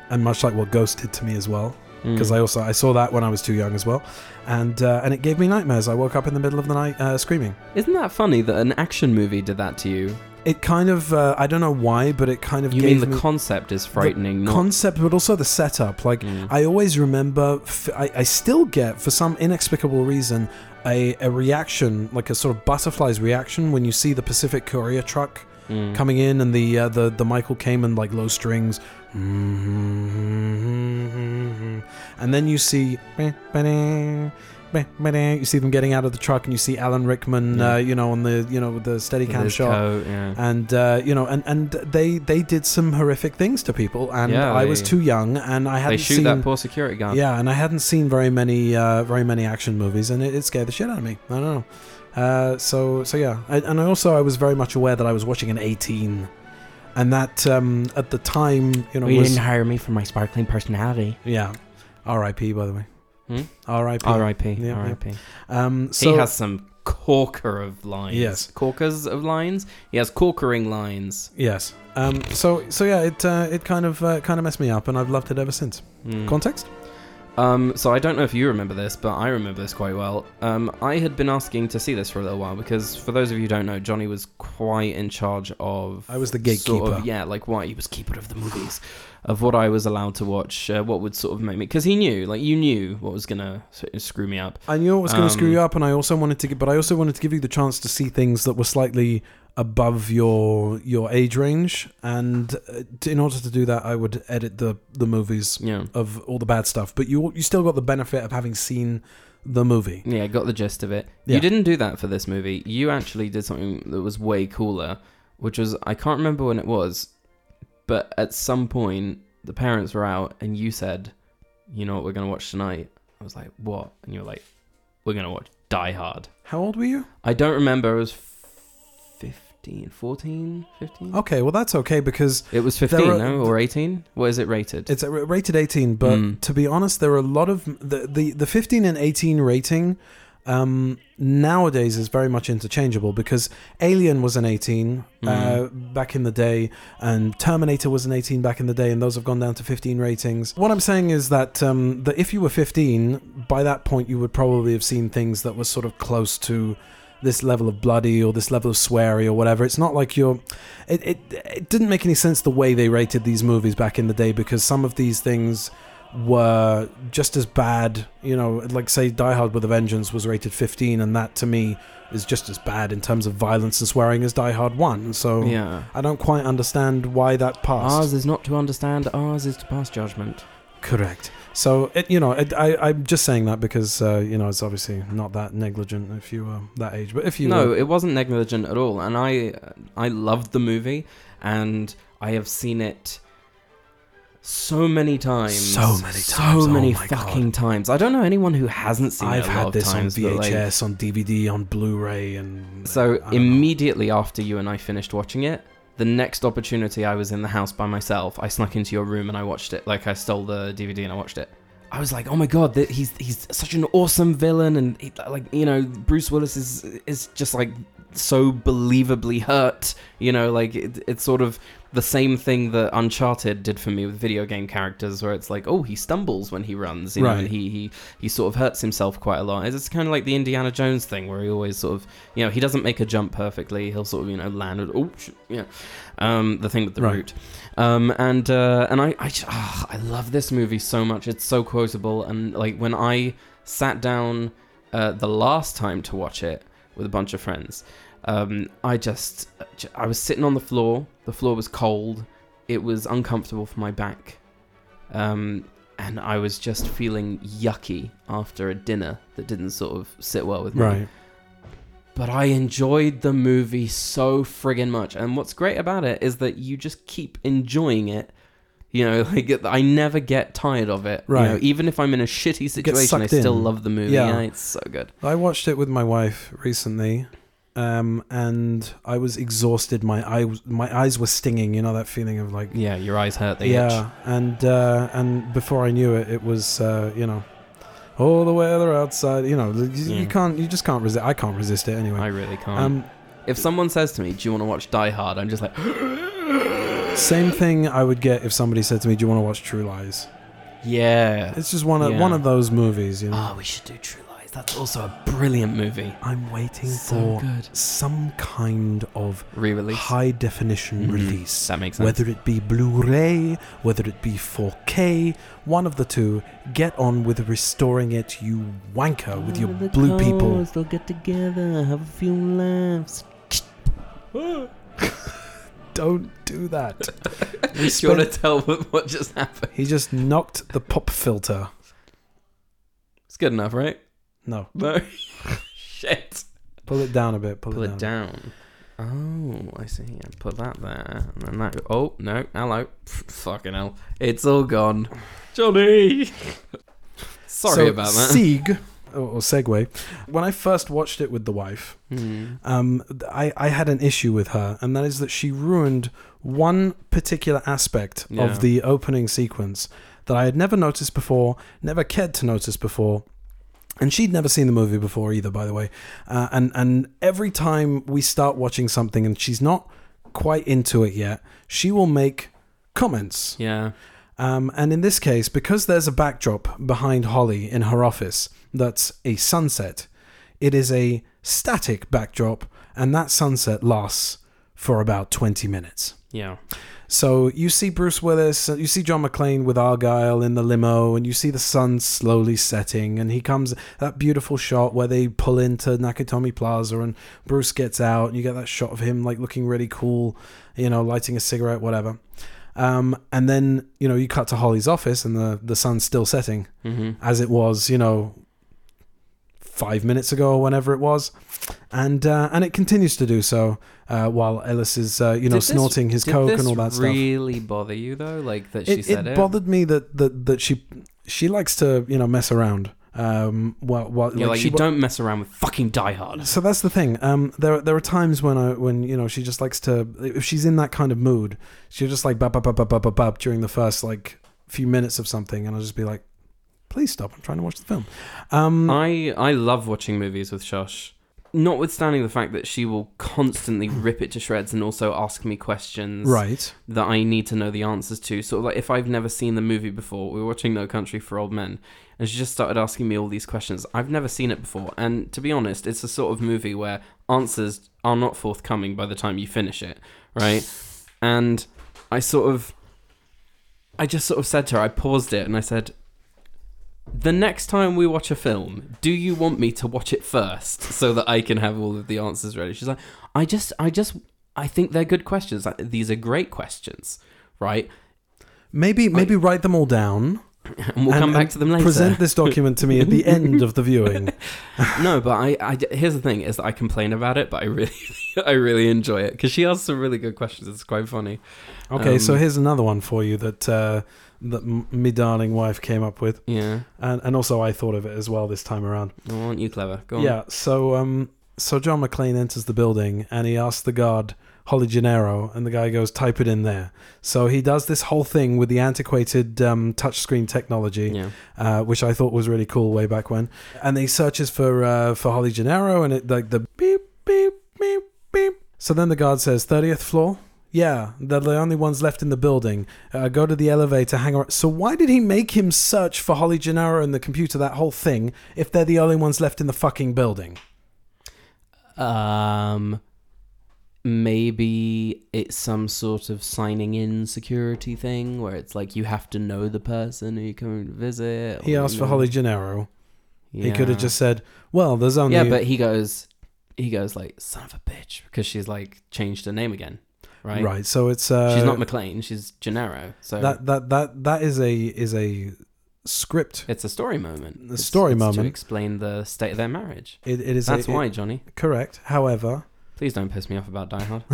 and much like what Ghost did to me as well.
Mm.
because I also I saw that when I was too young as well, and uh, and it gave me nightmares. I woke up in the middle of the night uh, screaming.
Isn't that funny that an action movie did that to you?
It kind of uh, I don't know why, but it kind of
You mean
gave
the
me
concept is frightening, not Mm.
concept, but also the setup. Like I always remember, f- I, I still get for some inexplicable reason a a reaction like a sort of butterfly's reaction when you see the Pacific Courier truck.
Mm.
Coming in and the uh, the the Michael Kamen like low strings, Mm-hmm. and then you see you see them getting out of the truck and you see Alan Rickman uh, you know on the you know with the
With
Steadicam
his
shot
coat, yeah.
and uh, you know and and they they did some horrific things to people and
Yeah,
I was
they-
too young and I hadn't
They shoot
seen
that poor security guard.
yeah and I hadn't seen very many uh, very many action movies and it, it scared the shit out of me I don't know uh, so so yeah I, and I also I was very much aware that I was watching an 18 and that um, at the time you know
You
was,
didn't hire me for my sparkling personality.
yeah R.I.P. by the way
Hmm?
R.I.P.
R.I.P.
Yeah, yeah.
R.I.P.
um so
he has some corker of lines.
Yes.
Corkers of lines? He has corkering lines.
yes um so so yeah it uh, it kind of uh, kind of messed me up and I've loved it ever since
Mm.
context
Um, so I don't know if you remember this, but I remember this quite well. Um, I had been asking to see this for a little while because, for those of you who don't know, Johnny was quite in charge of.
I was the
Sort
gatekeeper.
of, yeah, like what he was keeper of the movies, of what I was allowed to watch, uh, what would sort of make me because he knew, like you knew what was gonna s- screw me up.
I knew it was going to screw
Um,
you up, and I also wanted to, gi- but I also wanted to give you the chance to see things that were slightly above your your age range. And uh, t- in order to do that, I would edit the the movies
Yeah.
of all the bad stuff. But you you still got the benefit of having seen the movie.
Yeah, got the gist of it.
Yeah.
You didn't do that for this movie. You actually did something that was way cooler, which was I can't remember when it was, but at some point the parents were out and you said, "You know what we're gonna watch tonight?" I was like, "What?" And you were like, "We're gonna watch Die Hard."
How old were you?
I don't remember. It was 15, 14, 15.
Okay, well that's okay because
It was
Oh, There
15,
are-
no, or 18? What is it rated?
it's uh, rated 18. But
Mm.
to be honest, there are a lot of the the the 15 and 18 rating. um, nowadays is very much interchangeable because Alien was an 18 uh, back in the day, and Terminator was an 18 back in the day, and those have gone down to 15 ratings. What I'm saying is that um, that if you were 15, by that point you would probably have seen things that were sort of close to this level of bloody or this level of sweary or whatever. It's not like you're. It, it, it didn't make any sense the way they rated these movies back in the day because some of these things were just as bad. You know, like say Die Hard with a Vengeance was rated 15, and that to me is just as bad in terms of violence and swearing as Die Hard 1. So
Yeah.
I don't quite understand why that passed.
Ours is not to understand, ours is to pass judgment.
Correct. So it, you know, it, I, I'm just saying that because uh, you know it's obviously not that negligent if you were that age, but if you
no,
were,
it wasn't negligent at all, and I I loved the movie, and I have seen it so many times,
So many times,
so
oh
many
my God.
fucking times. I don't know anyone who hasn't seen it.
I've
a lot
had
of
this
times,
on
but, like,
VHS, on DVD, on Blu-ray, and
So
I don't know.
immediately after you and I finished watching it, the next opportunity I was in the house by myself, I snuck into your room and I watched it. Like I stole the DVD and I watched it. I was like, "Oh my god, that he's he's such an awesome villain and he, like, you know, Bruce Willis is is just like so believably hurt, you know, like it, it's sort of the same thing that Uncharted did for me with video game characters where it's like, "Oh, he stumbles when he runs, you know, and
Right.
he he he sort of hurts himself quite a lot." It's- It's kind of like the Indiana Jones thing where he always sort of you know, he doesn't make a jump perfectly. He'll sort of, you know, land with, oh, shit, yeah, um, the thing with the
Right.
root. Um, and uh, and I I, just, ah, I love this movie so much. It's so quotable. And like when I sat down uh, the last time to watch it with a bunch of friends, um, I just j- I was sitting on the floor. The floor was cold. It was uncomfortable for my back. Um, and I was just feeling yucky after a dinner that didn't sort of sit well with me
right,
but I enjoyed the movie so friggin' much. And what's great about it is that you just keep enjoying it. You know, <laughs> like I never get tired of it. You know,
Right.
even if I'm in a shitty situation, I
sucked in.
still love the movie. Yeah.
Yeah.
it's so good.
I watched it with my wife recently, um, and I was exhausted. My eye, my eyes were stinging. You know that feeling of like,
Yeah, your eyes hurt. They
yeah, and uh, and before I knew it, it was uh, you know. All the weather outside, you know, you,
Yeah.
you can't, you just can't resist. I can't resist it anyway.
I really can't.
um,
if someone says to me, "Do you want to watch Die Hard?" I'm just like, <gasps>
Same thing I would get if somebody said to me, "Do you want to watch True Lies?"
"Yeah."
It's just one of
Yeah.
one of those movies, you know.
Ah, we should do True Lies. That's also a brilliant movie.
I'm waiting
So
for
good.
some kind of
Re-release.
high definition
Mhm.
release.
That makes sense.
Whether it be Blu-ray, whether it be 4K, one of the two. Get on with restoring it, you wanker, with your blue people.
They'll get together, have a few laughs.
<laughs> Don't do that.
<laughs> do <laughs> you
spent-
want to tell what, what just happened?
he just knocked the pop filter.
It's good enough, <laughs> right?
No,
No. <laughs> Shit.
pull it down a bit. Pull,
Pull it down. Oh, I see. I put that there, and then that. Oh no! Hello. <laughs> Fucking hell! It's all gone, Johnny. Sorry
So,
about that.
Sieg or or Segway. When I first watched it with the wife,
<laughs> Hmm.
um, th- I, I had an issue with her, and that is that she ruined one particular aspect
Yeah.
of the opening sequence that I had never noticed before, never cared to notice before. And she'd never seen the movie before either, by the way. Uh, and and every time we start watching something and she's not quite into it yet, she will make comments.
Yeah.
Um, and in this case, because there's a backdrop behind Holly in her office that's a sunset, it is a static backdrop, and that sunset lasts for about 20 minutes.
Yeah.
So you see Bruce Willis, uh, you see John McClane with Argyle in the limo, and you see the sun slowly setting, and he comes that beautiful shot where they pull into Nakatomi Plaza, and Bruce gets out, and you get that shot of him like looking really cool, you know, lighting a cigarette, whatever. Um, and then you know you cut to Holly's office, and the the sun's still setting
hmm
as it was, you know, five minutes ago or whenever it was, and uh, and it continues to do so uh, while Ellis is uh, you
Did
know
this-
snorting his
did
coke
this
and all that stuff
Really bother you though, like that she
it,
said it.
it bothered me that, that that she she likes to you know mess around. Um, well, well,
You're like,
she
you
wa-
don't mess around with fucking Die Hard.
So that's the thing. Um, there there are times when I when you know she just likes to if she's in that kind of mood, she'll just like bap bap bap bap bap bap, bap during the first like few minutes of something, and I'll just be like, Please stop. I'm trying to watch the film. Um,
I I love watching movies with Shosh. Notwithstanding the fact that she will constantly rip it to shreds and also ask me questions
right.
that I need to know the answers to. Sort of like if I've never seen the movie before, we were watching No Country for Old Men, and she just started asking me all these questions. I've never seen it before, and to be honest, it's a sort of movie where answers are not forthcoming by the time you finish it, right? And I sort of, I just sort of said to her, I paused it and I said, the next time we watch a film, do you want me to watch it first so that I can have all of the answers ready? She's like, I just, I just, I think they're good questions. Like, These are great questions, right? <laughs>
Maybe maybe write them all down.
And we'll
and-
come back
and
to them later. <laughs>
Present this document to me at the end of the viewing.
no, but I, I, here's the thing: is that I complain about it, but I really, <laughs> I really enjoy it because she asks some really good questions. It's quite funny.
Okay, so
Um,
here's another one for you that uh, that m- me darling wife came up with,
Yeah,
and and also I thought of it as well this time around.
well, aren't you clever? Go on.
Yeah. So um, so John McClane enters the building and he asks the guard Holly Gennaro, and the guy goes, "Type it in there." So he does this whole thing with the antiquated um, touchscreen technology,
Yeah.
uh, which I thought was really cool way back when. And he searches for uh, for Holly Gennaro, and it like the beep beep beep beep. So then the guard says, "30th floor." Yeah, they're the only ones left in the building. Uh, go to the elevator, hang around. So why did he make him search for Holly Gennaro and the computer, that whole thing, if they're the only ones left in the fucking building?
Um, maybe it's some sort of signing in security thing where it's like you have to know the person who you're coming to visit.
He
or,
asked
you
for
know.
Holly Gennaro. He
Oh, Yeah.
could have just said, "Well, there's only."
yeah, but he goes, he goes like son of a bitch because she's like changed her name again, right?
right. So it's uh,
she's not McLean, she's Gennaro. So
that that that that is a is a script.
it's a story moment.
The
It's-
story
it's to
moment.
explain the state of their marriage.
It, it is a-
That's
it-
why, Johnny.
correct. However,
Please don't piss me off about Die
<laughs>
Hard.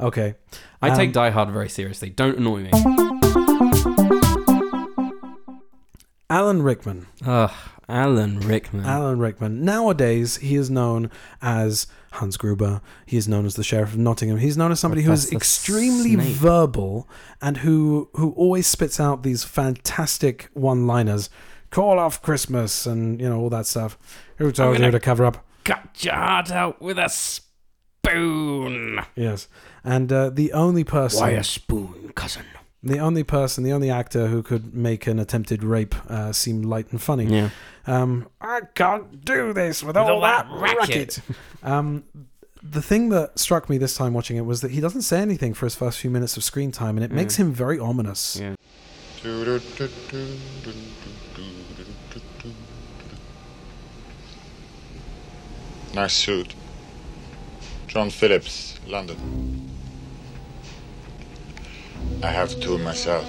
okay.
I take
Um,
Die Hard very seriously. Don't annoy me.
Alan Rickman.
Ugh, Alan Rickman.
Alan Rickman. Nowadays, he is known as Hans Gruber. He is known as the Sheriff of Nottingham. He's known as somebody who is
Professor
extremely
Snape.
verbal and who who always spits out these fantastic one-liners. Call off Christmas and you know all that stuff. Who told you to cover up?
cut your heart out with a spoon.
Yes, and uh, the only person,
spoon, cousin?
the only person, the only actor who could make an attempted rape uh, seem light and funny.
Yeah.
Um, I can't do this with all, that, racket. um, the thing that struck me this time watching it was that he doesn't say anything for his first few minutes of screen time, and it makes him very ominous.
Yeah.
Nice suit. John Phillips, London. I have two myself.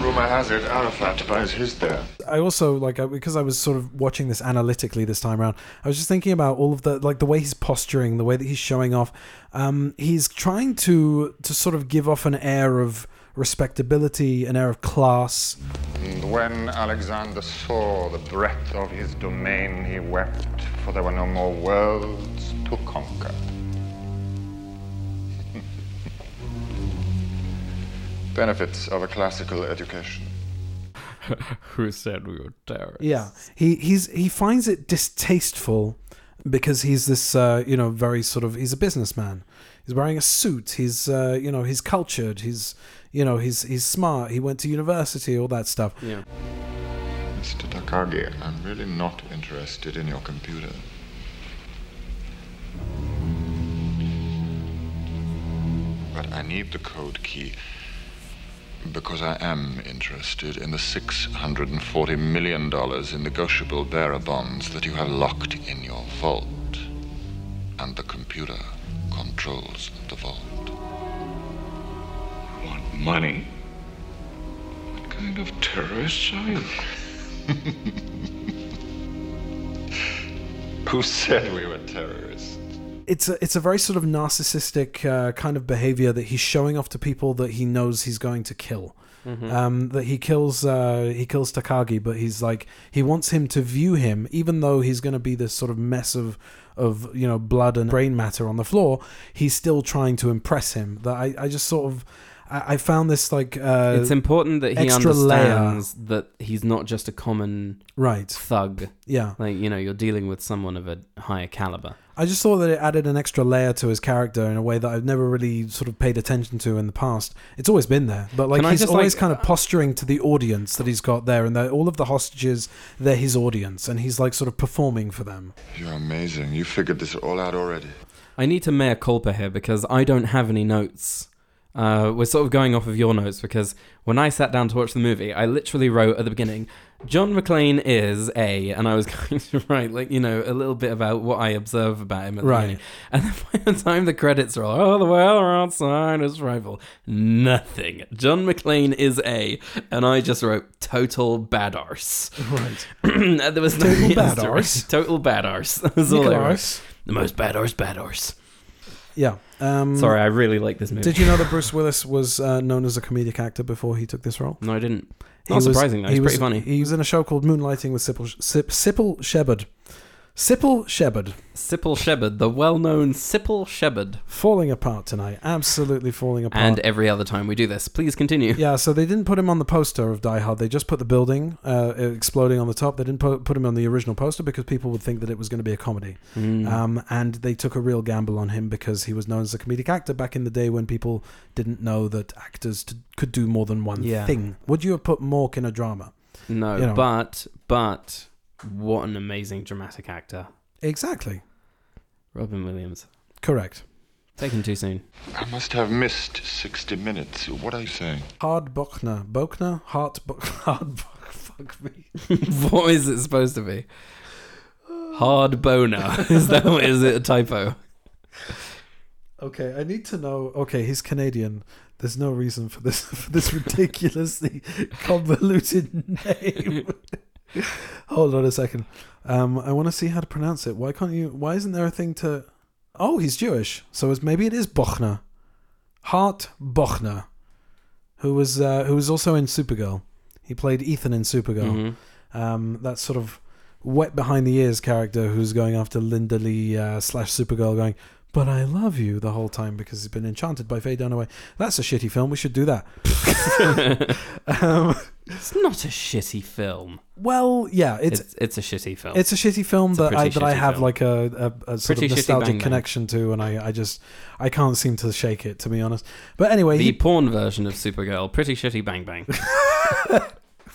Rumor has it Arafat buys his there.
I also like I- because I was sort of watching this analytically this time around. I was just thinking about all of the like the way he's posturing, the way that he's showing off. Um, he's trying to to sort of give off an air of respectability, an air of class.
And when Alexander saw the breadth of his domain, he wept, for there were no more worlds to conquer. <laughs> Benefits of a classical education.
Who said we were terrorists?
Yeah, he he's he finds it distasteful because he's this uh, you know very sort of he's a businessman. He's wearing a suit. He's uh, you know he's cultured. He's you know he's he's smart. He went to university. All that stuff.
Yeah.
Mr. Takagi, I'm really not interested in your computer. But I need the code key because I am interested in the $640 million in negotiable bearer bonds that you have locked in your vault. And the computer controls the vault.
You want money? What kind of terrorists are you?
Who said we were terrorists?
It's a it's a very sort of narcissistic uh, kind of behavior that he's showing off to people that he knows he's going to kill. Um, that he kills uh, he kills Takagi, but he's like he wants him to view him, even though he's going to be this sort of mess of of you know blood and brain matter on the floor. He's still trying to impress him. That I, I just sort of I, I found this like uh,
it's important that he
extra layer.
understands that he's not just a common
right.
thug.
Yeah,
Like, you know, you're dealing with someone of a higher caliber.
I just thought that it added an extra layer to his character in a way that I've never really sort of paid attention to in the past. It's always been there, but like
Can I
he's
just,
always
like-
kind of posturing to the audience that he's got there, and they're- all of the hostages, they're his audience, and he's like sort of performing
<laughs>
for them.
You're amazing. You figured this all out already.
I need to mea culpa here because I don't have any notes. Uh, we're sort of going off of your notes because when I sat down to watch the movie, I literally wrote at the beginning, John McClane is a, and I was <laughs> going to write like you know a little bit about what I observe about him. At the
Right.
beginning. And then by the time the credits roll, all "Oh, the well are outside his rival, nothing. John McClane is a, and I just wrote total bad arse. <clears throat>
Right.
there was no <laughs>
Total bad
answer.
arse?
Total bad arse. <laughs> That was all I wrote. The most bad arse, bad arse.
Yeah. Um,
Sorry, I really like this movie.
Did you know that Bruce Willis was uh, known as a comedic actor before he took this role?
No, I didn't.
He
Not
was-
surprising though. He's
he was,
pretty funny.
He was in a show called Moonlighting with Sipple, Sip, Sipple Shepard. Sipple Shepard.
Sipple Shepard, the well-known Sipple Shepard,
Falling apart tonight. Absolutely falling apart.
and every other time we do this, please continue.
yeah, so they didn't put him on the poster of Die Hard. They just put the building uh, exploding on the top. They didn't put, put him on the original poster because people would think that it was going to be a comedy.
Mm.
Um, and they took a real gamble on him because he was known as a comedic actor back in the day when people didn't know that actors t- could do more than one
Yeah.
thing. Would you have put Mork in a drama?
No,
You know.
but but what an amazing dramatic actor,
Exactly.
Robin Williams.
Correct.
Taken too soon. <laughs>
I must have missed 60 minutes. What are you saying?
Hard Bochner. Bochner? Hart Boch- <laughs> Hard Boch- Fuck me.
what is it supposed to be? Hard <laughs> boner. is that? Is it a <laughs> typo?
Okay, I need to know. Okay, he's Canadian. There's no reason for this <laughs> for this ridiculously <laughs> convoluted name. <laughs> Hold on a second. Um, I want to see how to pronounce it. Why can't you? Why isn't there a thing to? Oh, he's Jewish, so it's, maybe it is Bochner. Hart Bochner, who was uh, who was also in Supergirl. He played Ethan in Supergirl. um, that sort of wet behind the ears character who's going after Linda Lee uh, slash Supergirl, going, "But I love you" the whole time because he's been enchanted by Faye Dunaway. That's a shitty film. We should do that. um,
It's not a shitty film.
well, yeah, it's. it's
It's it's a shitty film.
a shitty film
oh. a
that I
pretty
that I
shitty
have
film.
like a, a, a sort
Pretty shitty
of nostalgic
bang, though.
connection to, and I, I just I can't seem to shake it to be honest. But anyway,
the
he,
porn version of Supergirl, pretty shitty bang bang.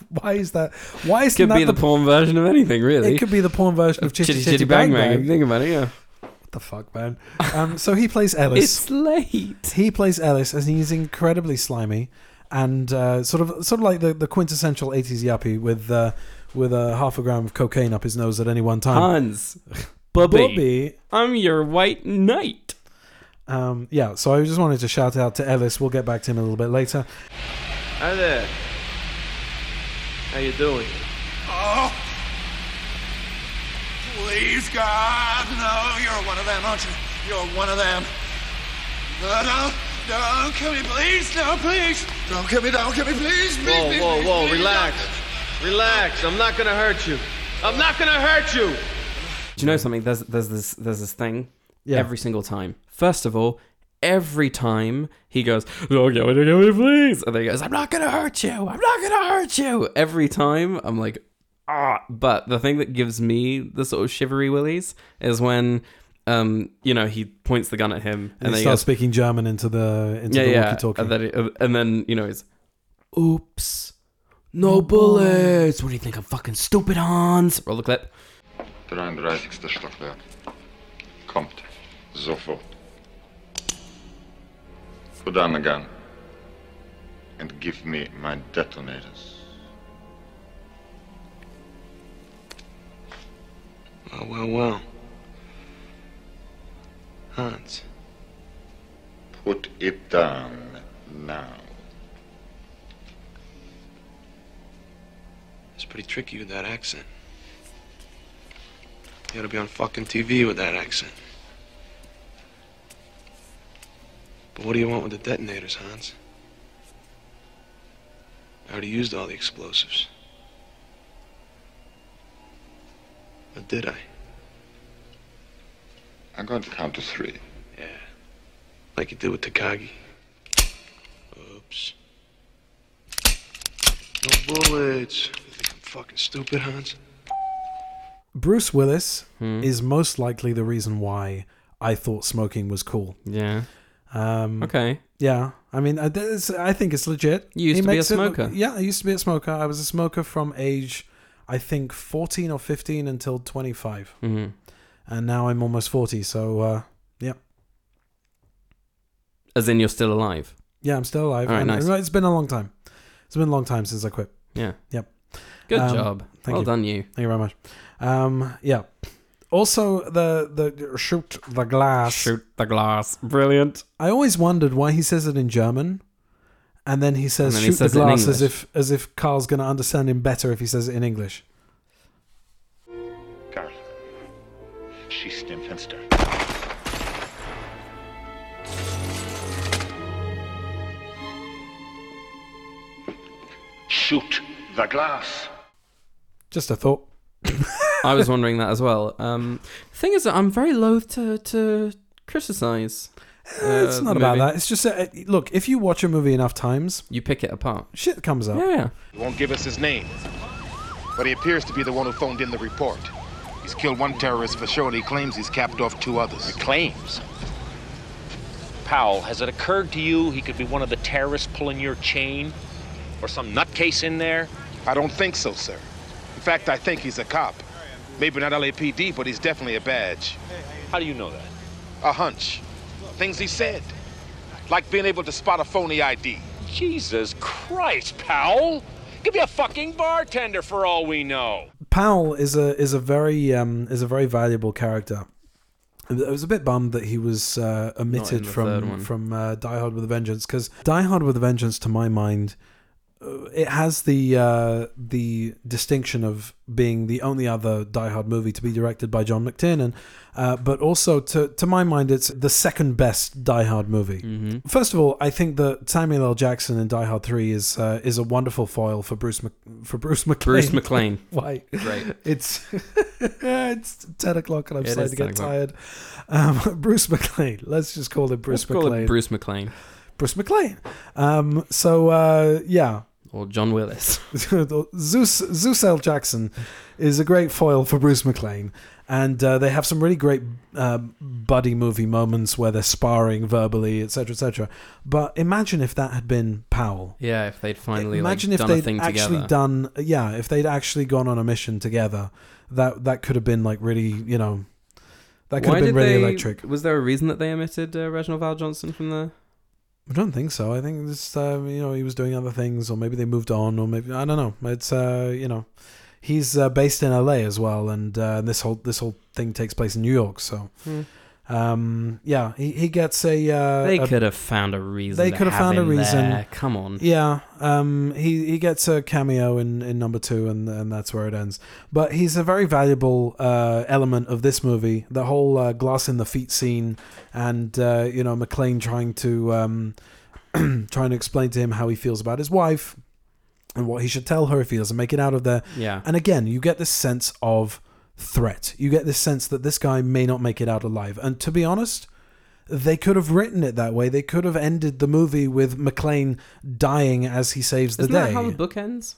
why is that? Why is
Could
that
be the, porn version of anything, really.
it could be the porn version of Chitty Chitty, Bang Bang.
if you Think about it, yeah.
What the fuck,
<laughs>
man? Um, so he plays Ellis.
It's late.
he plays Ellis, and he's incredibly slimy, and uh, sort of sort of like the, the quintessential '80s yuppie with uh, with a half a gram of cocaine up his nose at any one time.
Hans, <laughs> Bubby,
Bobby,
I'm your white knight.
um, yeah. So I just wanted to shout out to Ellis. We'll get back to him a little bit later.
Hi there. How you doing?
Oh! Please, God, no, you're one of them, aren't you? You're one of them. No, no, don't kill me, please, no, please. Don't kill me, don't kill me, please, please,
Whoa,
please,
whoa,
please,
whoa,
please,
relax. Relax. I'm not gonna hurt you. I'm not gonna hurt you!
Do you know something? There's there's this there's this thing.
Yeah.
Every single time. First of all, every time he goes, "Oh, "Don't get me, don't get me, please," and then he goes, "I'm not gonna hurt you. I'm not gonna hurt you." Every time, I'm like, ah. But the thing that gives me the sort of shivery willies is when, um, you know, he points the gun at him and,
And
then
he
he goes,
starts speaking German into the into
yeah,
the
yeah,
walkie-talkie.
and then it- uh, and then you know it's, oops, no bullets. What do you think? I'm fucking stupid, Hans. Roll the clip.
33. Stockwerk. Kommt. Sofort. Put down the gun. And give me my detonators.
Well, Oh, well, well. Hans.
Put it down now.
It's pretty tricky with that accent. You ought to be on fucking TV with that accent. But what do you want with the detonators, Hans? I already used all the explosives. Or did I?
I'm going to count to three.
Like you did with Takagi.
Shh. No bullets. You think I'm fucking stupid, Hans?
Bruce Willis
Hmm.
is most likely the reason why I thought smoking was cool.
Yeah.
Um,
Okay.
Yeah, I mean, I, this, I think it's legit.
You used
He
to be a
makes it look-
smoker.
yeah, I used to be a smoker. I was a smoker from age, I think, fourteen or fifteen until twenty-five,
Mhm.
and now I'm almost forty. So, uh, yeah,
As in, you're still alive.
yeah, I'm still alive.
All right,
and
nice.
It's been a long time. It's been a long time since I quit.
Yeah.
Yep.
Good
Um,
job.
thank
well
you.
done, you.
Thank you very much. Um, yeah. Also, the the shoot the glass.
Shoot the glass. Brilliant.
I always wondered why he says it in German, and then he says
And then he
"shoot
says it
the
in
glass" as
English.
if as if Carl's going to understand him better if he says it in English.
Carl. Schießt im Fenster. Shoot the glass.
Just a thought.
I was wondering that as well. Um, thing is, that I'm very loath to to criticize.
Eh, it's
uh,
not
the
about
movie.
that. It's just uh, look. If you watch a movie enough times,
You pick it apart.
shit comes up.
Yeah, yeah.
He won't give us his name, but he appears to be the one who phoned in the report. He's killed one terrorist for sure, and he claims he's capped off two others.
Claims. Powell, has it occurred to you he could be one of the terrorists pulling your chain? Or some nutcase in there?
I don't think so, sir. In fact, I think he's a cop. Maybe not LAPD, but he's definitely a badge.
How do you know that?
A hunch. Things he said. Like being able to spot a phony ID.
Jesus Christ, Powell! Could be a fucking bartender for all we know.
Powell is a is a very um, is a very valuable character. I was a bit bummed that he was uh,
the
omitted
third
from
one.
from uh, Die Hard with a Vengeance because Die Hard with a Vengeance, to my mind, uh, it has the uh, the distinction of being the only other Die Hard movie to be directed by John McTiernan, uh, but also to to my mind, it's the second best Die Hard movie.
Mm-hmm.
First of all, I think that Samuel L. Jackson in Die Hard Three is uh, is a wonderful foil for Bruce Mc- for Bruce <laughs> McClane.
Bruce McLean.
Why?
Great.
It's <laughs> it's ten o'clock and I'm
It
starting
is
to
10
get
o'clock.
tired. Um, <laughs> Bruce McLean. Let's just call him Bruce
Let's call
McLean.
it Bruce McLean
Bruce McLean. Um, so uh, yeah, <laughs>
or John Willis.
Zeus Zeus L. Jackson is a great foil for Bruce McLean, and uh, they have some really great uh, buddy movie moments where they're sparring verbally, etc., etc. But imagine if that had been Powell.
Yeah, if they'd finally
Imagine
like,
if
done a
they'd
thing
actually
together.
done, yeah, if they'd actually gone on a mission together, that that could have been like really, you know, that could
Why
have
did
been really
they-
electric.
Was there a reason that they omitted uh, Reginald Val Johnson from the?
I don't think so. I think this, um, you know, he was doing other things, or maybe they moved on, or maybe I don't know. It's, uh, you know, he's uh, based in L.A. as well, and uh, this whole this whole thing takes place in New York. So, um, yeah, he he gets a. Uh,
Hmm. They
a-
could have found a reason.
they
to
could have
have
found a
him
reason.
there. Come on.
Yeah, um, he he gets a cameo in, in number two, and and that's where it ends. But he's a very valuable uh, element of this movie. The whole uh, glass in the feet scene, and uh, you know McLean trying to um, <clears throat> trying to explain to him how he feels about his wife, and what he should tell her if he doesn't make it out of there.
Yeah.
And again, you get this sense of threat. You get this sense that this guy may not make it out alive. And to be honest, they could have written it that way. They could have ended the movie with McLean dying as he saves the
Isn't
day.
that how the book ends?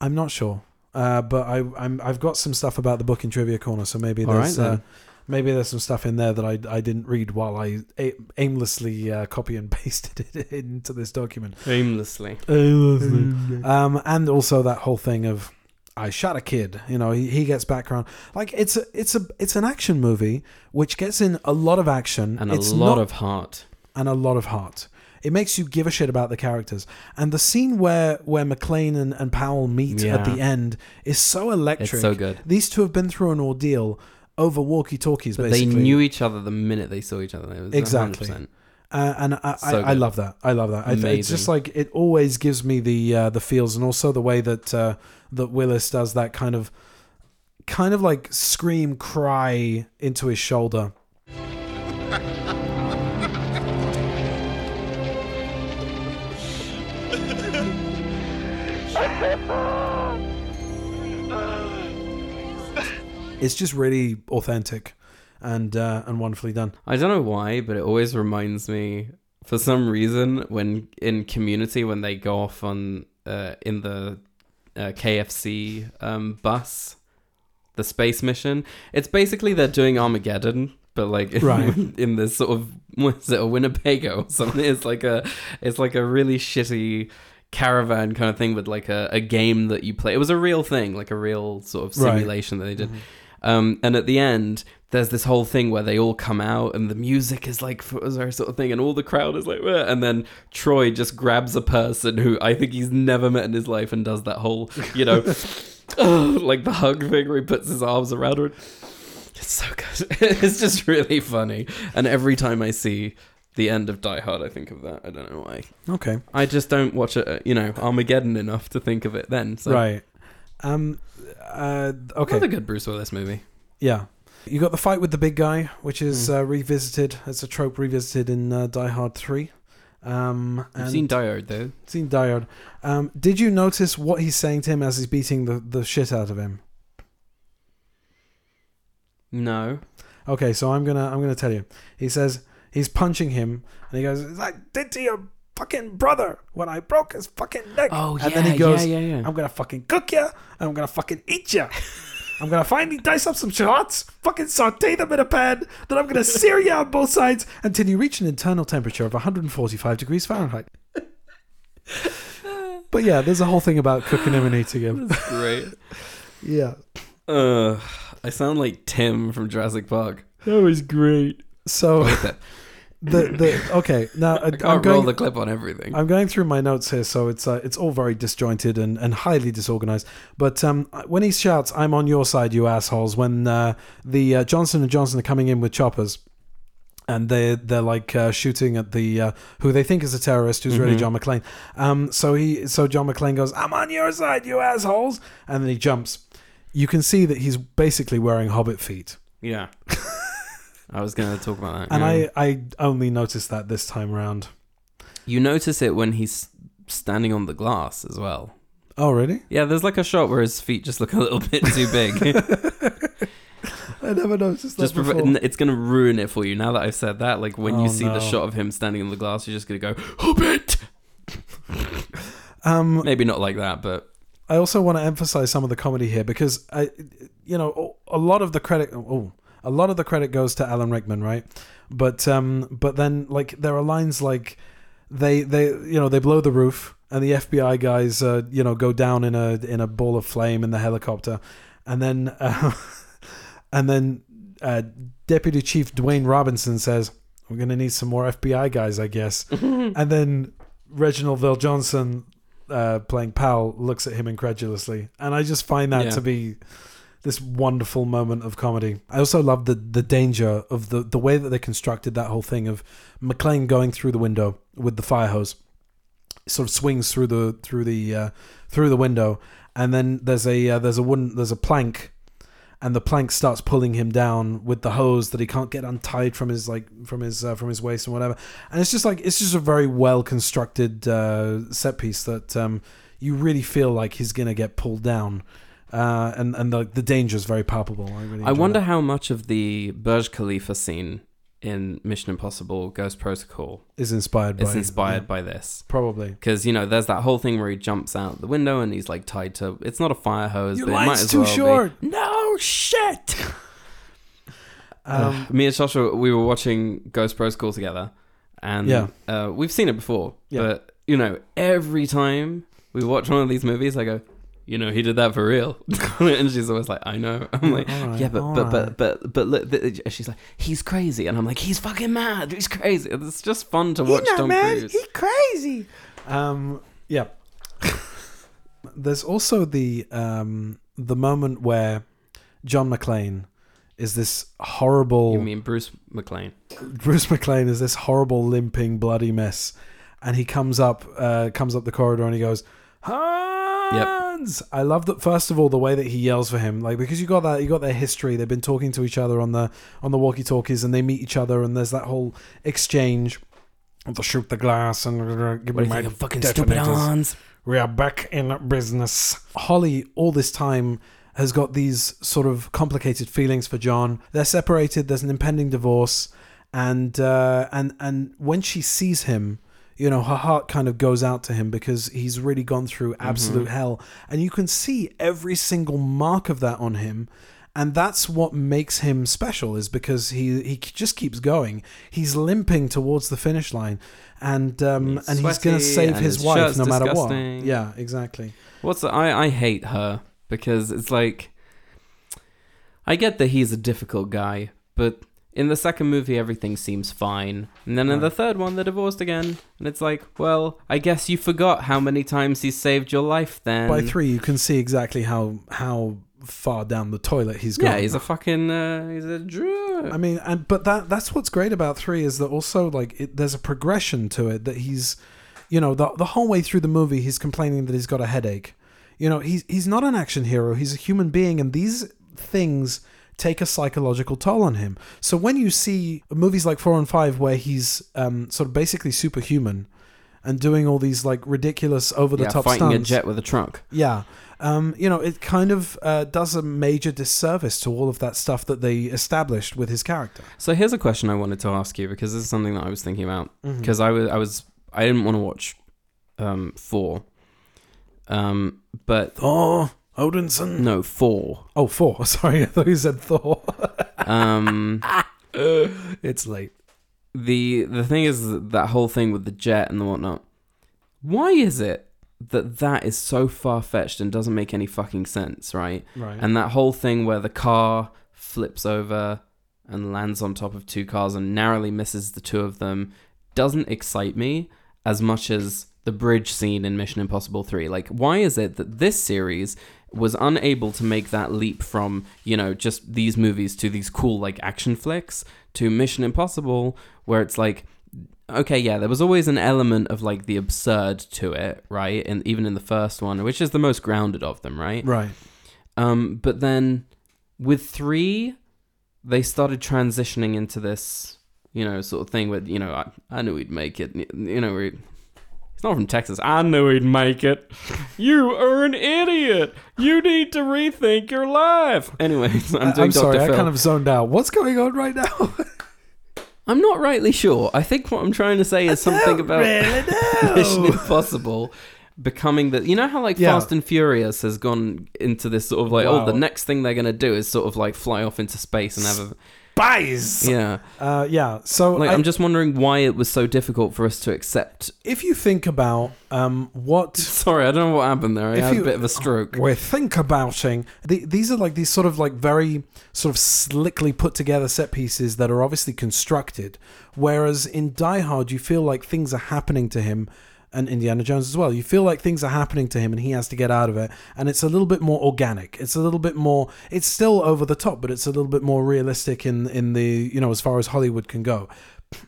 I'm not sure, uh, but I, I'm, I've got some stuff about the book in Trivia Corner, so maybe
All
there's
right,
uh,
then.
maybe there's some stuff in there that I, I didn't read while I a- aimlessly uh, copy and <laughs> pasted it into this document.
Aimlessly. Mm-hmm.
Um, and also that whole thing of I shot a kid. You know, he, he gets background. Like it's a it's a it's an action movie which gets in a lot of action
And a
it's
lot
not-
of heart.
and a lot of heart. It makes you give a shit about the characters. And the scene where where McLean and, and Powell meet at
Yeah.
the end is so electric.
so good.
These two have been through an ordeal over walkie talkies.
But
Basically,
they knew each other the minute they saw each other. It was
Exactly.
100%.
uh, and I,
So
I, I
good.
love that. I love that. I th- it's just
Amazing.
like it always gives me the uh, the feels, and also the way that uh, that Willis does that kind of kind of like scream cry into his shoulder. It's just really authentic and uh, and wonderfully done.
I don't know why, but it always reminds me for some reason when in community when they go off on uh, in the uh, KFC um, bus the space mission it's basically they're doing Armageddon but like <laughs> in,
Right.
in this sort of <laughs> what is it a Winnebago or something it's like a it's like a really shitty caravan kind of thing with like a, a game that you play it was a real thing like a real sort of
Right.
simulation that they did um, and at the end, there's this whole thing where they all come out and the music is like for our sort of thing, and all the crowd is like, "Wah," and then Troy just grabs a person who I think he's never met in his life and does that whole, you know, <laughs> like the hug thing where he puts his arms around her. It's so good. <laughs> it's just really funny. And every time I see the end of Die Hard, I think of that. I don't know why.
Okay.
I just don't watch it, uh, you know, Armageddon enough to think of it then. So.
Right. Um. Uh. Okay.
Another good Bruce Willis movie.
Yeah. You got the fight with the big guy, which
Hmm.
is uh, revisited. It's a trope revisited in uh, Die Hard Three. Um,
I've
and
seen Die Hard though.
Seen Die Hard. Um, did you notice what he's saying to him as he's beating the, the shit out of him?
No.
Okay, so I'm gonna I'm gonna tell you. He says he's punching him, and he goes, "It's like did to your fucking brother when I broke his fucking neck."
Oh,
and then
yeah,
he goes,
yeah, yeah, yeah.
"I'm gonna fucking cook ya, and I'm gonna fucking eat ya. I'm gonna finally dice up some shallots, fucking saute them in a pan, then I'm gonna sear ya on both sides until you reach an internal temperature of 145 degrees Fahrenheit." but yeah, there's a whole thing about cooking him and
<laughs>
eating him.
Great.
yeah.
Uh, I sound like Tim from Jurassic Park.
That was great. So
that.
the the okay now I,
I can't roll the clip on everything.
I'm going through my notes here, so it's uh, it's all very disjointed and, and highly disorganized. But um, when he shouts, "I'm on your side, you assholes!" when uh, the uh, Johnson and Johnson are coming in with choppers. And they they're like uh, shooting at the uh, who they think is a terrorist, who's really
Mhm.
John McClane. Um, so he so John McClane goes, "I'm on your side, you assholes!" And then he jumps. You can see that he's basically wearing hobbit feet.
Yeah. <laughs> I was going to talk about that.
And
yeah.
I, I only noticed that this time round.
You notice it when he's standing on the glass as well.
Oh, really?
Yeah, there's like a shot where his feet just look a little bit too
<laughs>
big.
I never noticed that
just prov-
before.
n- it's going to ruin it for you now that I've said that. Like when
Oh,
you see
no.
the shot of him standing on the glass, you're just going to go, Hobbit!
um,
Maybe not like that, but
I also want to emphasize some of the comedy here because I, you know, a lot of the credit, oh, a lot of the credit goes to Alan Rickman, right? But um, but then like there are lines like they they you know they blow the roof and the FBI guys uh, you know go down in a in a ball of flame in the helicopter, and then uh, <laughs> and then uh, Deputy Chief Dwayne Robinson says, "We're gonna need some more FBI guys, I guess," and then Reginald Vell Johnson uh, playing Powell looks at him incredulously, and I just find that
Yeah.
to be this wonderful moment of comedy. I also love the the danger of the the way that they constructed that whole thing of McLean going through the window with the fire hose, sort of swings through the through the uh, through the window, and then there's a uh, there's a wooden there's a plank. And the plank starts pulling him down with the hose that he can't get untied from his like from his uh, from his waist and whatever. And it's just like it's just a very well constructed uh, set piece that um, you really feel like he's gonna get pulled down, uh, and and the the danger is very palpable. I really
I
enjoy
wonder how much of the Burj Khalifa scene in Mission Impossible Ghost Protocol
Is inspired
is
by-
inspired
yeah.
by this.
Probably.
Because, you know, there's that whole thing where he jumps out the window and he's like tied to. It's not a fire hose,
Your
but it might
line's
as
too
well be.
short.
No shit!
Um,
Ugh. Um, me and Sasha, we were watching Ghost Protocol together, and
Yeah.
uh, we've seen it before.
Yeah.
But you know, every time we watch one of these movies, I go, you know, he did that for real, <laughs> and she's always like, I know. I'm like,
all right,
yeah, but
all
but,
right."
but but but look, th- she's like, he's crazy, and I'm like, he's fucking mad. He's crazy. It's just fun to watch Tom Cruise.
crazy. Um, yeah. There's also the um, the moment where John McClane is this horrible.
You mean Bruce McLean?
Bruce McLean is this horrible limping bloody mess, and he comes up uh, comes up the corridor and he goes, Hans. I love that. First of all, the way that he yells for him, like because you got that you got their history. They've been talking to each other on the on the walkie talkies, and they meet each other, and there's that whole exchange. To shoot the glass and give
What do you
me my
think of fucking stupid
detonators.
Hans?
We are back in business. Holly, all this time, has got these sort of complicated feelings for John. They're separated, there's an impending divorce, and uh, and and when she sees him, you know, her heart kind of goes out to him because he's really gone through absolute
Mhm.
hell, and you can see every single mark of that on him. And that's what makes him special is because he he just keeps going. He's limping towards the finish line, and um, and he's going
sweaty,
to save
and
his,
his
wife
shirt's
no matter what.
disgusting.
Yeah, exactly.
What's the, I I hate her because it's like I get that he's a difficult guy, but in the second movie everything seems fine. And then in the third one they're divorced again and it's like, well, I guess you forgot how many times he saved your life then.
By three, you can see exactly how how far down the toilet he's gone.
Yeah, he's a fucking uh, he's a drew.
I mean, and but that that's what's great about three is that also like it, there's a progression to it that he's, you know, the the whole way through the movie he's complaining that he's got a headache. You know, he's he's not an action hero. He's a human being, and these things take a psychological toll on him. So when you see movies like four and five where he's um, sort of basically superhuman and doing all these like ridiculous over the
yeah,
top
fighting
stunts,
a jet with a trunk.
yeah. Um, you know, it kind of uh, does a major disservice to all of that stuff that they established with his character.
So here's a question I wanted to ask you because this is something that I was thinking about
Mhm.
because I was I was I didn't want to watch um four, um but
Thor Odinson.
no four
Oh, four. <laughs> Sorry, I thought you said Thor. <laughs>
um
it's late.
the the thing is that whole thing with the jet and the whatnot. Why is it that that is so far fetched and doesn't make any fucking sense, right?
Right.
And that whole thing where the car flips over and lands on top of two cars and narrowly misses the two of them doesn't excite me as much as the bridge scene in Mission Impossible 3. Like, why is it that this series was unable to make that leap from, you know, just these movies to these cool, like, action flicks to Mission Impossible, where it's like, okay, yeah, there was always an element of, like, the absurd to it, right? And even in the first one, which is the most grounded of them, right?
Right.
Um, but then with three, they started transitioning into this, you know, sort of thing where, you know, I, I knew we'd make it. y- You know, we it's not from Texas. I knew he'd make it. <laughs> You are an idiot. You need to rethink your life. Anyways, <laughs> I'm
Uh, I'm,
doing
sorry,
Dr.
I
Phil.
kind of zoned out. What's going on right now? <laughs>
I'm not rightly sure. I think what I'm trying to say is something about <laughs>
really
Mission Impossible becoming the. You know how like
Yeah.
Fast and Furious has gone into this sort of like, oh,
Wow.
the next thing they're gonna do is sort of like fly off into space and have a.
Spies.
Yeah.
Uh, yeah. So
Like
I-
I'm just wondering why it was so difficult for us to accept. <laughs>
if you think about um, what
Sorry, I don't know what happened there. I
If
had
you- Oh,
a bit of a stroke.
we're think abouting, the, these are like these sort of like very sort of slickly put together set pieces that are obviously constructed. Whereas in Die Hard, you feel like things are happening to him, and Indiana Jones as well. You feel like things are happening to him, and he has to get out of it. And it's a little bit more organic. It's a little bit more. It's still over the top, but it's a little bit more realistic in in the you know as far as Hollywood can go.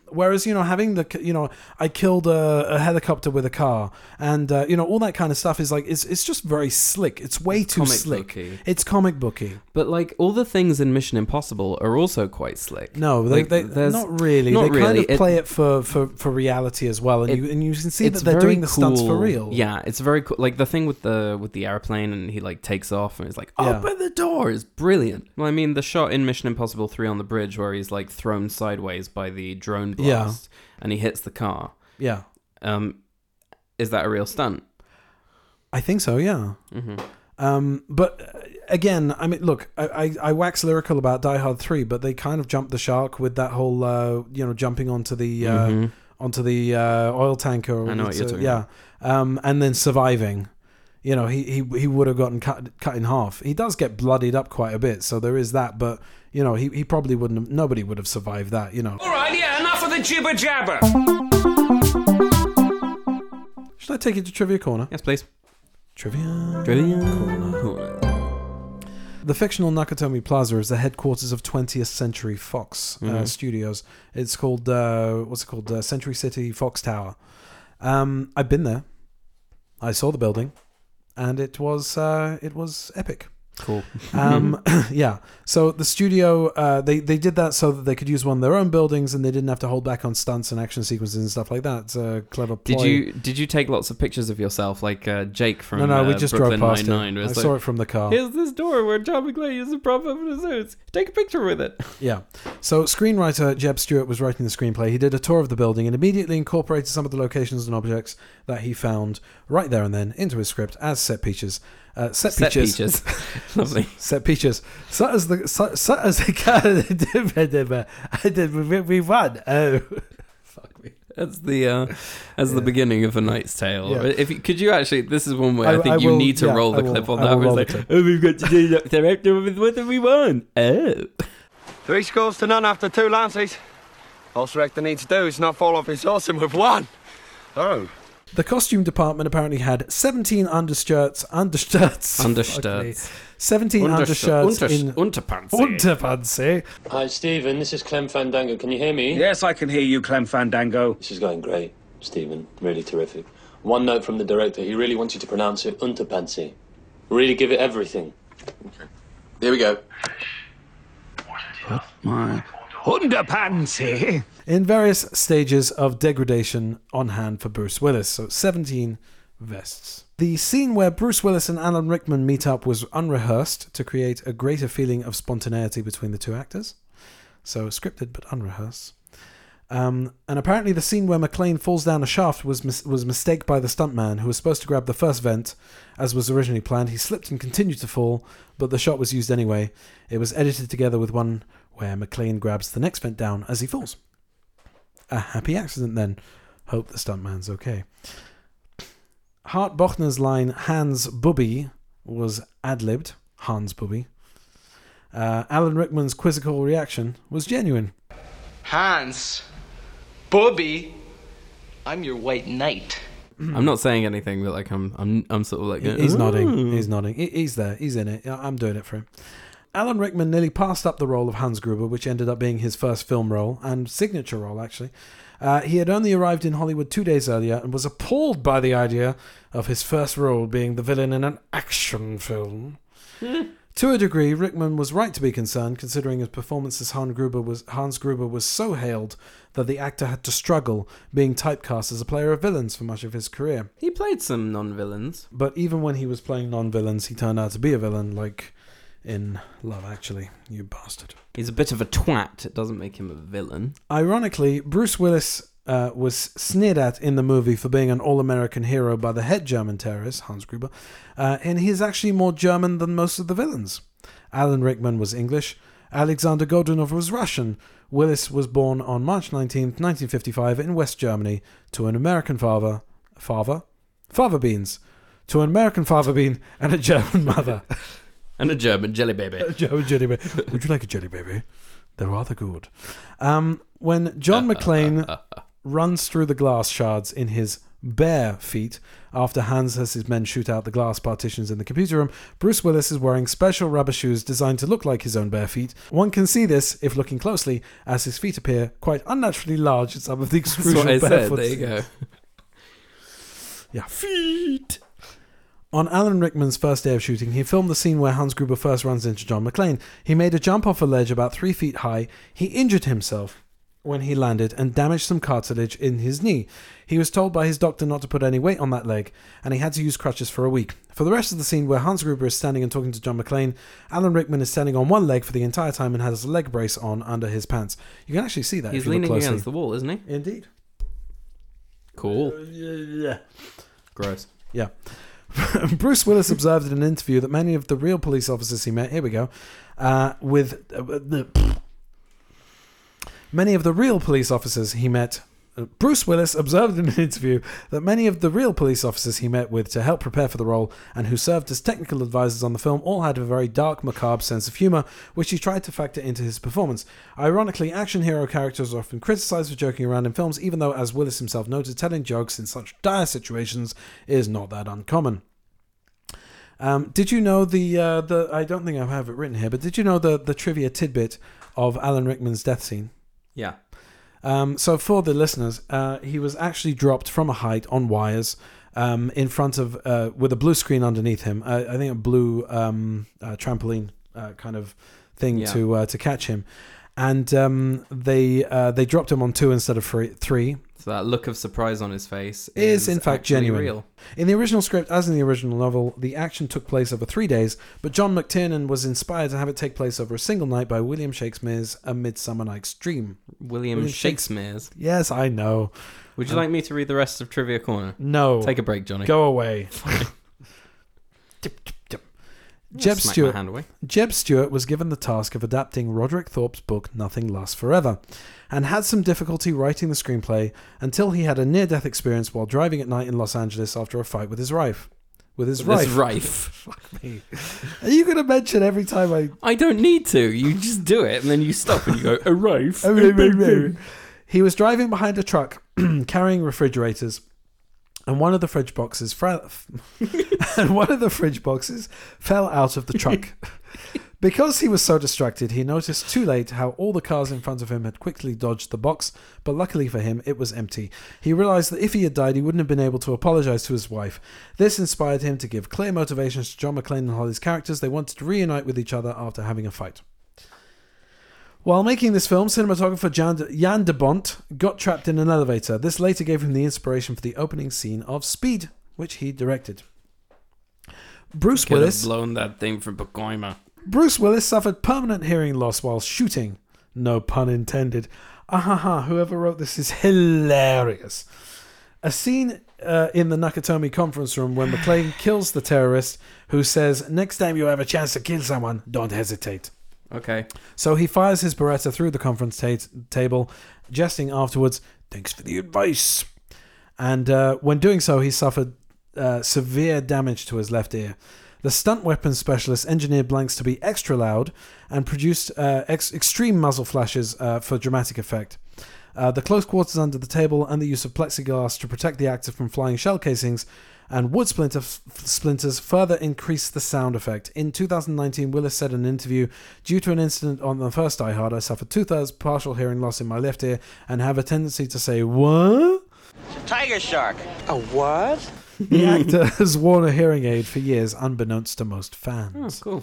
Whereas you know having the you know I killed a, a helicopter with a car and uh, you know all that kind of stuff is like it's it's just very slick. It's way too
comic
slick.
booky.
It's comic booky.
But like all the things in Mission Impossible are also quite slick.
No, they,
Like,
they
there's-
not really.
Not
they
really.
kind of
It-
play it for, for, for reality as well, and
it-
you and you can see
it's
that they're
very
doing the stunts for
cool.
real.
Yeah, it's very cool. Like the thing with the with the airplane, and he like takes off, and he's like,
Yeah.
"Open the door!" is brilliant. Well, I mean, the shot in Mission Impossible Three on the bridge where he's like thrown sideways by the drone
Yeah.
blast, and he hits the car.
Yeah.
Um, is that a real stunt?
I think so. Yeah.
Mhm.
Um, but uh, again, I mean, look, I, I, I wax lyrical about Die Hard three, but they kind of jumped the shark with that whole uh, you know jumping onto the uh,
Mhm.
onto the uh, oil tanker.
I know what you're
uh,
talking
yeah, um, and then surviving. You know, he he, he would have gotten cut cut in half. He does get bloodied up quite a bit, so there is that. But you know, he, he probably wouldn't. Have, nobody would have survived that. You know.
All right, yeah, enough of the jibber jabber.
Should I take you to trivia corner?
Yes, please.
Trivia.
Trivia
The fictional Nakatomi Plaza is the headquarters of 20th Century Fox uh,
Mhm.
Studios. It's called uh, what's it called? Uh, Century City Fox Tower. Um, I've been there. I saw the building, and it was uh, it was epic.
Cool. <laughs>
Um, <laughs> yeah. So the studio, uh, they they did that so that they could use one of their own buildings, and they didn't have to hold back on stunts and action sequences and stuff like that. It's a clever. Ploy.
Did you did you take lots of pictures of yourself, like uh, Jake from?
No, no, we
uh,
just
Brooklyn
drove past
Nine-Nine,
it.
where
I
it's
saw
like,
it from the car.
Here's this door where John McClane is the prop of his suits. Take a picture with it.
Yeah. So screenwriter Jeb Stewart was writing the screenplay. He did a tour of the building and immediately incorporated some of the locations and objects that he found right there and then into his script as set pieces. Uh, set,
Set
pieces.
pieces. <laughs>
<laughs>
Lovely.
Set pieces. So as the so, so as the I did we, <laughs> we won. Oh.
That's the uh, that's the beginning of a Knight's Tale.
Yeah.
If you, could you actually, this is one way I,
I-
think
I
you
will-
need to
yeah,
roll the
I will-
clip on
I
that.
will
where
roll
it's
the
like, oh, we've got to do that director with what do we want?
<laughs>
Oh,
Three scores to none after two lances. Horse rector needs do is not fall off his horse and we've won. Oh.
The costume department apparently had 17 undershirts, undershirts, fuck me.
undershirts.
17 undershirts in
Unterpants.
Unterpants.
Hi, Stephen. This is Clem Fandango. Can you hear me?
Yes, I can hear you, Clem Fandango.
This is going great, Stephen. Really terrific. One note from the director. He really wants you to pronounce it Unterpantsy. Really give it everything.
Here we go.
My
Underpantsy.
in various stages of degradation on hand for Bruce Willis. So 17 vests. The scene where Bruce Willis and Alan Rickman meet up was unrehearsed to create a greater feeling of spontaneity between the two actors. So scripted but unrehearsed. Um, and apparently, the scene where McLean falls down a shaft was mis- was mistake by the stuntman who was supposed to grab the first vent, as was originally planned. He slipped and continued to fall, but the shot was used anyway. It was edited together with one where McLean grabs the next vent down as he falls a happy accident then. Hope the stuntman's okay. Hart Bochner's line Hans Bubby was ad libbed. Hans Bubby. Uh, Alan Rickman's quizzical reaction was genuine.
Hans, Bobby, I'm your white knight.
I'm not saying anything, but like I'm, I'm, I'm sort of like
He- He's nodding.
"Ooh."
He's nodding. He- He's there. He's in it. I- I'm doing it for him. Alan Rickman nearly passed up the role of Hans Gruber, which ended up being his first film role and signature role, actually. Uh, he had only arrived in Hollywood two days earlier and was appalled by the idea of his first role being the villain in an action film. To a degree, Rickman was right to be concerned, considering his performance as Hans Gruber was Hans Gruber was so hailed that the actor had to struggle being typecast as a player of villains for much of his career.
He played some non-villains.
But even when he was playing non-villains, he turned out to be a villain, like in Love Actually. You bastard.
He's a bit of a twat. It doesn't make him a villain.
Ironically, Bruce Willis uh, was sneered at in the movie for being an all-American hero by the head German terrorist Hans Gruber, uh, and he is actually more German than most of the villains. Alan Rickman was English. Alexander Godunov was Russian. Willis was born on March 19th, 1955, in West Germany to an American father, father, father beans, to an American father bean and a German mother.
And a German jelly
<laughs>
baby.
A German jelly baby. Would you like a jelly baby? They're rather good. Um,
<laughs>
when John McClane runs through the glass shards in his bare feet after Hans has his men shoot out the glass partitions in the computer room, Bruce Willis is wearing special rubber shoes designed to look like his own bare feet. One can see this if looking closely, as his feet appear quite unnaturally large in some of the
That's what I
extrusion
said.
barefoot
There you go.
yeah. Feet. On Alan Rickman's first day of shooting, he filmed the scene where Hans Gruber first runs into John McClane. He made a jump off a ledge about three feet high. He injured himself when he landed and damaged some cartilage in his knee. He was told by his doctor not to put any weight on that leg, and he had to use crutches for a week. For the rest of the scene where Hans Gruber is standing and talking to John McClane, Alan Rickman is standing on one leg for the entire time and has a leg brace on under his pants. You can actually see that
He's
if you look
leaning
closely.
against the wall, isn't he?
Indeed.
Cool.
Yeah.
Gross.
Yeah. <laughs> Bruce Willis observed in an interview that many of the real police officers he met, here we go, uh, with uh, the, many of the real police officers he met. uh, Bruce Willis observed in an <laughs> interview that many of the real police officers he met with to help prepare for the role and who served as technical advisors on the film all had a very dark, macabre sense of humor, which he tried to factor into his performance. Ironically, action hero characters are often criticized for joking around in films, even though, as Willis himself noted, telling jokes in such dire situations is not that uncommon. Um, did you know the uh, the? I don't think I have it written here, but did you know the the trivia tidbit of Alan Rickman's death scene?
Yeah.
Um, so for the listeners, uh, he was actually dropped from a height on wires um, in front of uh, with a blue screen underneath him. I, I think a blue um, uh, trampoline uh, kind of thing
Yeah.
to uh, to catch him, and um, they uh, they dropped him on two instead of three. three
So that look of surprise on his face
is, in fact
actually
genuine.
Real.
In the original script, as in the original novel, the action took place over three days, but John McTiernan was inspired to have it take place over a single night by William Shakespeare's A Midsummer Night's Dream.
William,
William
Shakespeare's.
Yes, I know.
Would you
Um,
like me to read the rest of Trivia Corner?
No.
Take a break, Johnny.
Go
<laughs>
away. Jeb
Smack my
Stewart.
hand away.
Jeb Stewart was given the task of adapting Roderick Thorpe's book Nothing Lasts Forever, and had some difficulty writing the screenplay until he had a near-death experience while driving at night in Los Angeles after a fight with his wife. With his
With
wife.
his
Fuck me. Are you going to mention every time I
I don't need to. You just do it, and then you stop and you go, arrive.
Oh, <laughs> He was driving behind a truck <clears throat> carrying refrigerators, and one of the fridge boxes fra- <laughs> and one of the fridge boxes fell out of the truck. because he was so distracted, he noticed too late how all the cars in front of him had quickly dodged the box, but luckily for him, it was empty. He realized that if he had died, he wouldn't have been able to apologize to his wife. This inspired him to give clear motivations to John McClane and Holly's characters. They wanted to reunite with each other after having a fight. While making this film, cinematographer Jan, Jan de Bont got trapped in an elevator. This later gave him the inspiration for the opening scene of Speed, which he directed. Bruce
Could
Willis.
have blown that thing from Pacoima.
Bruce Willis suffered permanent hearing loss while shooting. No pun intended. Ahaha, whoever wrote this is hilarious. A scene uh, in the Nakatomi conference room when McClane kills the terrorist who says, Next time you have a chance to kill someone, don't hesitate.
Okay.
So he fires his Beretta through the conference ta- table, jesting afterwards, Thanks for the advice. And uh, when doing so, he suffered uh, severe damage to his left ear. The stunt weapons specialist engineered blanks to be extra loud and produced uh, ex- extreme muzzle flashes uh, for dramatic effect. Uh, the close quarters under the table and the use of plexiglass to protect the actor from flying shell casings and wood splinter f- splinters further increased the sound effect. In 2019, Willis said in an interview, "Due to an incident on the first Die Hard, I suffered two-thirds partial hearing loss in my left ear and have a tendency to say what."
Tiger shark. A what?
The
Mm.
actor <laughs> has worn a hearing aid for years, unbeknownst to most fans.
cool.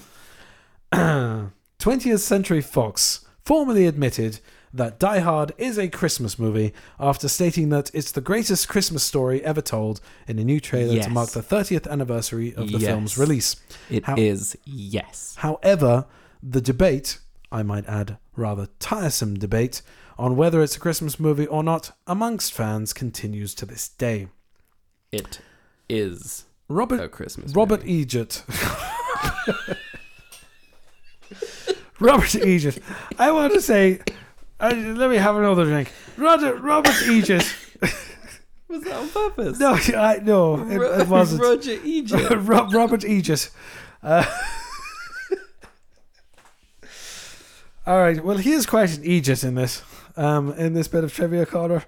<clears throat> 20th Century Fox formally admitted that Die Hard is a Christmas movie after stating that it's the greatest Christmas story ever told in a new trailer
Yes.
to mark the 30th anniversary of the
Yes.
film's release.
It
It is
is yes.
However, the debate, I might add, rather tiresome debate, on whether it's a Christmas movie or not amongst fans continues to this day.
It is
Robert
a Oh, Christmas.
Robert Egypt. Robert Egypt. I want to say, I, let me have another drink. Robert, Robert Egypt.
Was that on purpose?
No, I no, it, it wasn't.
Roger Egypt.
<laughs> Ro- Robert Egypt. Uh, all right. Well, he is quite an Egypt in this, um, in this bit of trivia corner.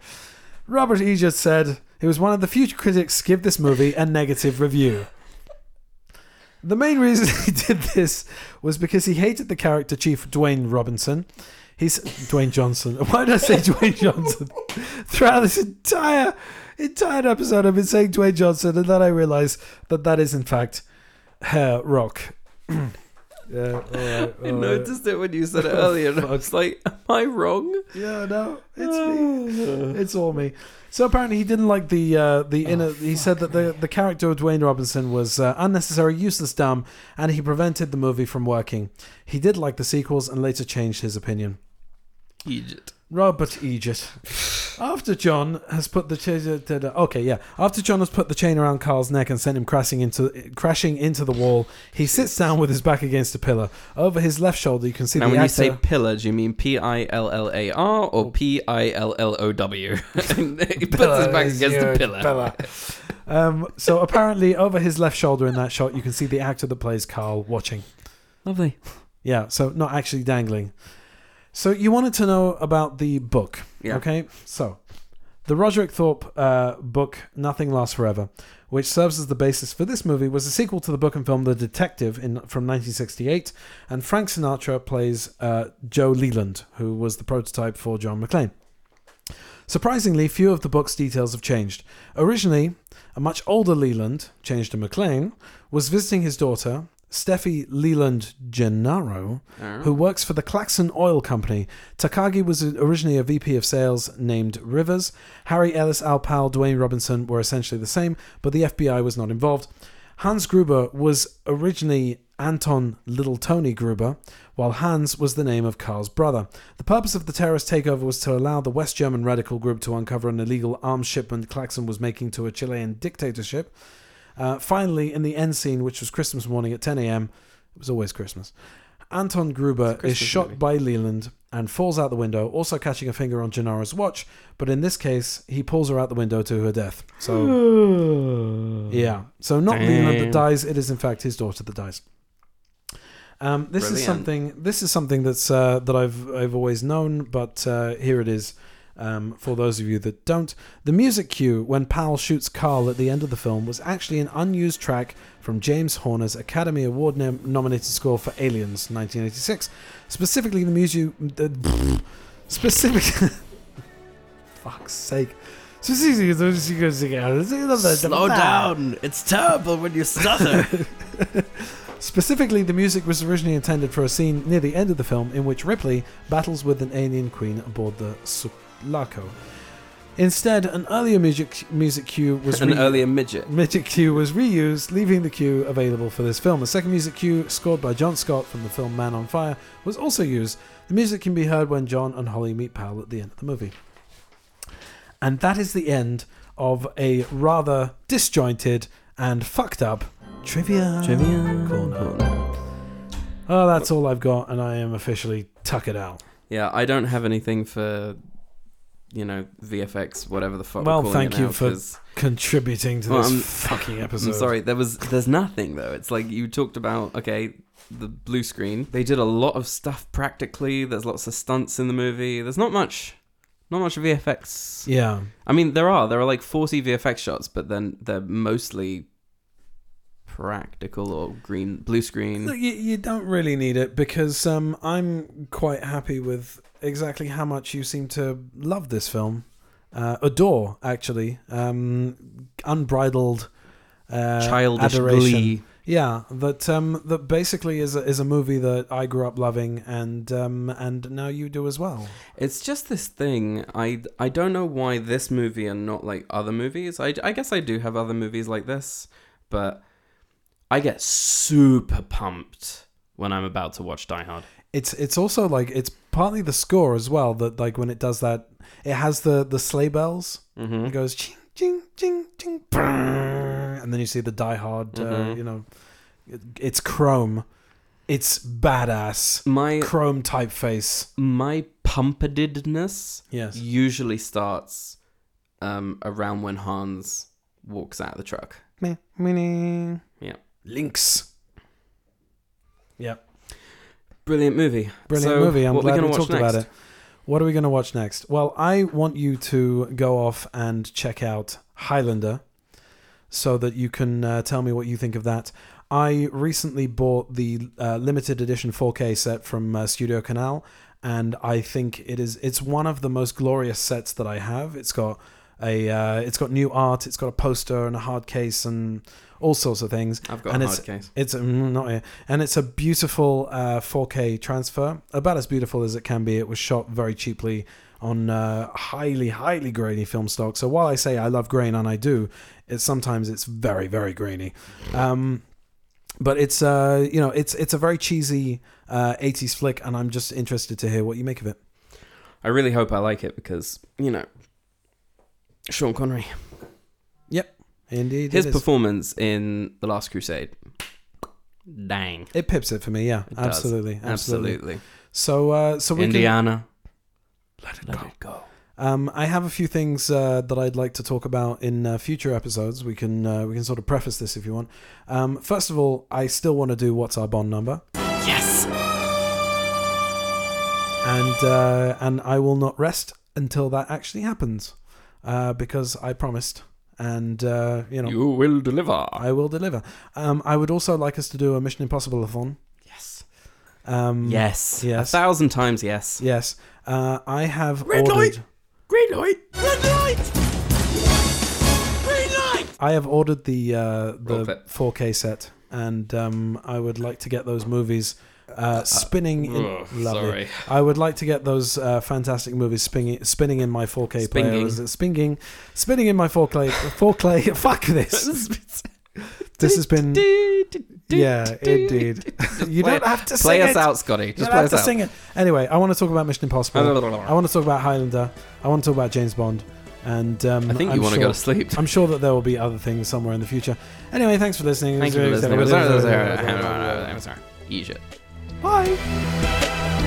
Robert Egypt said he was one of the few critics to give this movie a negative review. The main reason <laughs> he did this was because he hated the character Chief Dwayne Robinson. He's Dwayne Johnson. <laughs> Why did I say Dwayne Johnson? <laughs> Throughout this entire entire episode, I've been saying Dwayne Johnson, and then I realised that that is in fact Hair Rock. <clears throat> yeah, all right,
I <laughs>
all
noticed it when you said it
Oh,
earlier, and I was like, am I wrong?
Yeah, no,
<sighs>
it's me. It's all me. So apparently, he didn't like the uh,
Oh,
the inner. he said that the the character of Dwayne Robinson was uh, unnecessary, useless, dumb, and he prevented the movie from working. He did like the sequels and later changed his opinion.
Egypt.
Robert Egypt. After John has put the chain, okay, yeah. After John has put the chain around Carl's neck and sent him crashing into crashing into the wall, he sits down with his back against a pillar. Over his left shoulder, you can see
Now,
the
when you
actor.
say pillar, do you mean P I L L A R or P I L L O W? <laughs> And He puts his back
is
against the
huge,
pillar. <laughs>
pillar. Um, so apparently, over his left shoulder in that shot, you can see the actor that plays Carl watching.
Lovely.
Yeah, so not actually dangling. So you wanted to know about the book,
Yeah.
okay? So the Roderick Thorpe uh, book, Nothing Lasts Forever, which serves as the basis for this movie, was a sequel to the book and film The Detective in, from 1968, and Frank Sinatra plays uh, Joe Leland, who was the prototype for John McClane. Surprisingly, few of the book's details have changed. Originally, a much older Leland, changed to McLean, was visiting his daughter, Steffi Leland Gennaro,
Oh.
who works for the Claxon Oil Company. Takagi was originally a VP of sales named Rivers. Harry Ellis, Al Powell, Dwayne Robinson were essentially the same, but the FBI was not involved. Hans Gruber was originally Anton Little Tony Gruber, while Hans was the name of Karl's brother. The purpose of the terrorist takeover was to allow the West German radical group to uncover an illegal arms shipment Claxon was making to a Chilean dictatorship. Uh, finally, in the end scene, which was Christmas morning at 10 a.m., it was always Christmas. Anton Gruber is
Christmas
shot
movie.
by Leland and falls out the window, also catching a finger on Gennaro's watch. But in this case, he pulls her out the window to her death.
<laughs>
So, yeah. So not Leland that
Damn.
dies; it is in fact his daughter that dies. Um, this is
Brilliant.
something. This is something that's uh, that I've I've always known, but uh, here it is. Um, for those of you that don't, the music cue when Powell shoots Carl at the end of the film was actually an unused track from James Horner's Academy Award nom- nominated score for Aliens 1986. Specifically, the music. The, <laughs> specific. <laughs> fuck's sake. Slow
Slow down. It's terrible when you stutter.
Specifically, the music was originally intended for a scene near the end of the film in which Ripley battles with an alien queen aboard the Sulaco. Instead, an earlier music music cue
<laughs>
was
An
re-
earlier midget.
Midget cue was reused, leaving the cue available for this film. The second music cue, scored by John Scott from the film Man on Fire, was also used. The music can be heard when John and Holly meet Powell at the end of the movie. And that is the end of a rather disjointed and fucked up trivia,
Trivia
corner. Oh, that's all I've got, and I am officially tuckered out.
yeah, I don't have anything for, you know, VFX, whatever the fuck.
Well,
we're calling
thank
it
you
now,
for
'cause-
contributing to
Well,
this
I'm-
fucking episode.
<laughs> I'm sorry, there was there's nothing though. It's like you talked about okay, the blue screen. They did a lot of stuff practically. There's lots of stunts in the movie. There's not much, not much VFX.
Yeah.
I mean there are there are like 40 VFX shots, but then they're mostly practical or green blue screen.
Look, you, you don't really need it because um, I'm quite happy with exactly how much you seem to love this film. Uh, adore, actually. Um, unbridled uh,
Childish
adoration.
glee.
Yeah, that um, that basically is a, is a movie that I grew up loving, and um, and now you do as well.
It's just this thing. I I don't know why this movie and not like other movies. I I guess I do have other movies like this, but I get super pumped when I'm about to watch Die Hard.
It's it's also like it's partly the score as well that like when it does that, it has the the sleigh bells. It goes ching ching ching ching, brrrr, and then you see the Die Hard. Uh,
Mhm.
you know, it, it's chrome, it's badass.
My
chrome typeface.
My pumpadidness
Yes.
usually starts um, around when Hans walks out of the truck.
Meh, meaning.
Yeah.
Links. Yep.
Brilliant movie.
Brilliant
So,
movie. I'm
what we
glad
gonna
we
watch
talked about
next?
it. What are we going to watch next? Well, I want you to go off and check out Highlander so that you can uh, tell me what you think of that. I recently bought the uh, limited edition 4K set from uh, Studio Canal and I think it is it's one of the most glorious sets that I have. It's got a uh, it's got new art, it's got a poster and a hard case and all sorts of things. I've
got a
and
hard
it's,
case.
it's mm, not here. and it's a beautiful uh, 4K transfer, about as beautiful as it can be. It was shot very cheaply on uh, highly, highly grainy film stock. So while I say I love grain and I do, it sometimes it's very, very grainy. Um, but it's uh, you know it's it's a very cheesy uh, 80s flick, and I'm just interested to hear what you make of it.
I really hope I like it because you know Sean Connery.
Yep, indeed.
His
it is.
performance in The Last Crusade. Dang.
It pips it for me. Yeah,
It does.
absolutely, absolutely,
Absolutely.
So uh, so we can-
Indiana.
Um, I have a few things uh, that I'd like to talk about in uh, future episodes. We can uh, we can sort of preface this if you want. Um, first of all, I still want to do what's our bond number,
Yes.
and uh, and I will not rest until that actually happens, uh, because I promised, and uh, you know
You will deliver.
I will deliver. Um, I would also like us to do a Mission Impossible athon.
Yes.
Um,
Yes.
Yes.
A thousand times yes.
Yes. Uh, I have
Red
ordered.
light!
Green light.
Red light! Green light!
I have ordered the uh,
Roll
the 4K set, and um, I would like to get those movies uh, spinning. in,
ugh,
lovely.
sorry.
I would like to get those uh, fantastic movies spinning spinning in my 4K player.
Spinging.
Is it spinging? Spinning in my 4K. 4K. <laughs>
<laughs>
Fuck this. This has been. Yeah, indeed. <laughs> you
play
don't
it-
have to
play
sing
us
it.
out, Scotty.
You
Just
don't
play
have
us
to
out.
sing it. Anyway, I want to talk about
<laughs>
Mission Impossible. I want to talk about Highlander. I want to talk about James Bond. And um,
I think you
I'm
wanna
sure,
go to sleep.
I'm sure that there will be other things somewhere in the future. Anyway, thanks for listening.
Thank you for listening.
listening.
I'm sorry. Eat shit.
Bye.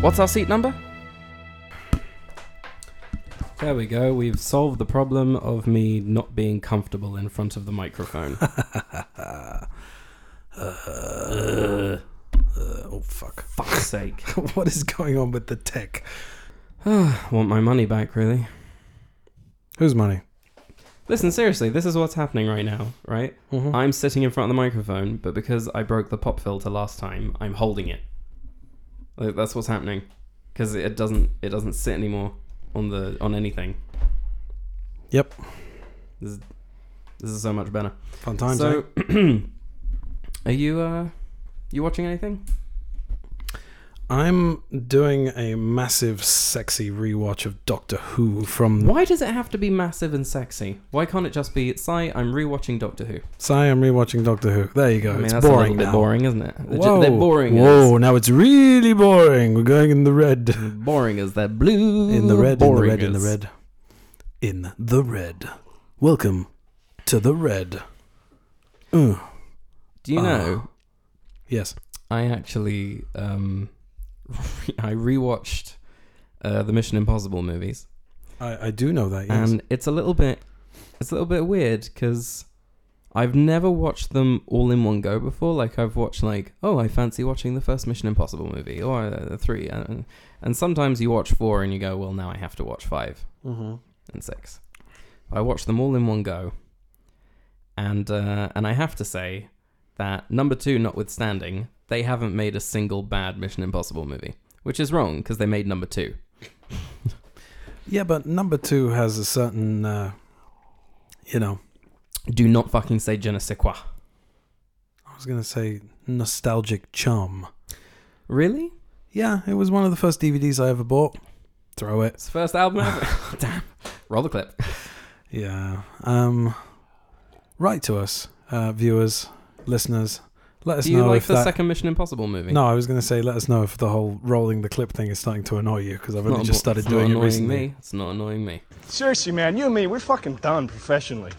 What's our seat number?
There we
go. We've solved the problem of me not being comfortable in front of the microphone. <laughs>
Uh, oh fuck!
Fuck's sake!
<laughs> what is going on with the tech?
Want my money back, really?
Whose money?
Listen, seriously, this is what's happening right now, right?
Mm-hmm.
I'm sitting in front of the microphone, but because I broke the pop filter last time, I'm holding it. Like, that's what's happening, because it doesn't it doesn't sit anymore on the on anything.
Yep.
This is, this is so much better.
Fun times, eh?
So, <clears throat> are you uh, you watching anything?
I'm doing a massive, sexy rewatch of Doctor Who from.
Why does it have to be massive and sexy? Why can't it just be Sai? I'm rewatching Doctor Who.
Sorry, I'm rewatching Doctor Who. There you go.
I mean,
it's
that's a
boring
little bit
now.
boring, isn't it? They're ju-
Whoa.
they're boring
Whoa, now it's really boring. We're going in the red.
Boring as that blue.
In the red, in the
boring
red, in the
as-
red. In the red. Welcome to the red. Ugh.
Do you
Ah.
know?
Yes.
I actually um, <laughs> I rewatched uh, the Mission Impossible movies,
I, I do know that, yes.
and it's a little bit it's a little bit weird because I've never watched them all in one go before. Like I've watched like oh I fancy watching the first Mission Impossible movie or uh, three, and, and- and sometimes you watch four and you go well now I have to watch 5
Mhm.
and six. I watched them all in one go, and uh, and I have to say that number two, notwithstanding, they haven't made a single bad Mission Impossible movie, which is wrong because they made number two.
Yeah, but number two has a certain, uh, you know,
Do not fucking say je ne sais quoi.
I was going to say nostalgic charm.
Really?
Yeah, it was one of the first DVDs I ever bought. Throw it.
It's the first album <laughs> ever. Oh, Damn. Roll the clip.
Yeah. Um, write to us, uh, viewers, listeners. Let us
Do you
know
like
if
the
that-
second Mission Impossible movie?
No, I was going to say, let us know if the whole rolling the clip thing is starting to annoy you because I've only
Not
just
anno-
started
it's
doing
not
it
annoying
recently.
me. It's not annoying me.
Seriously, man, you and me, we're fucking done professionally.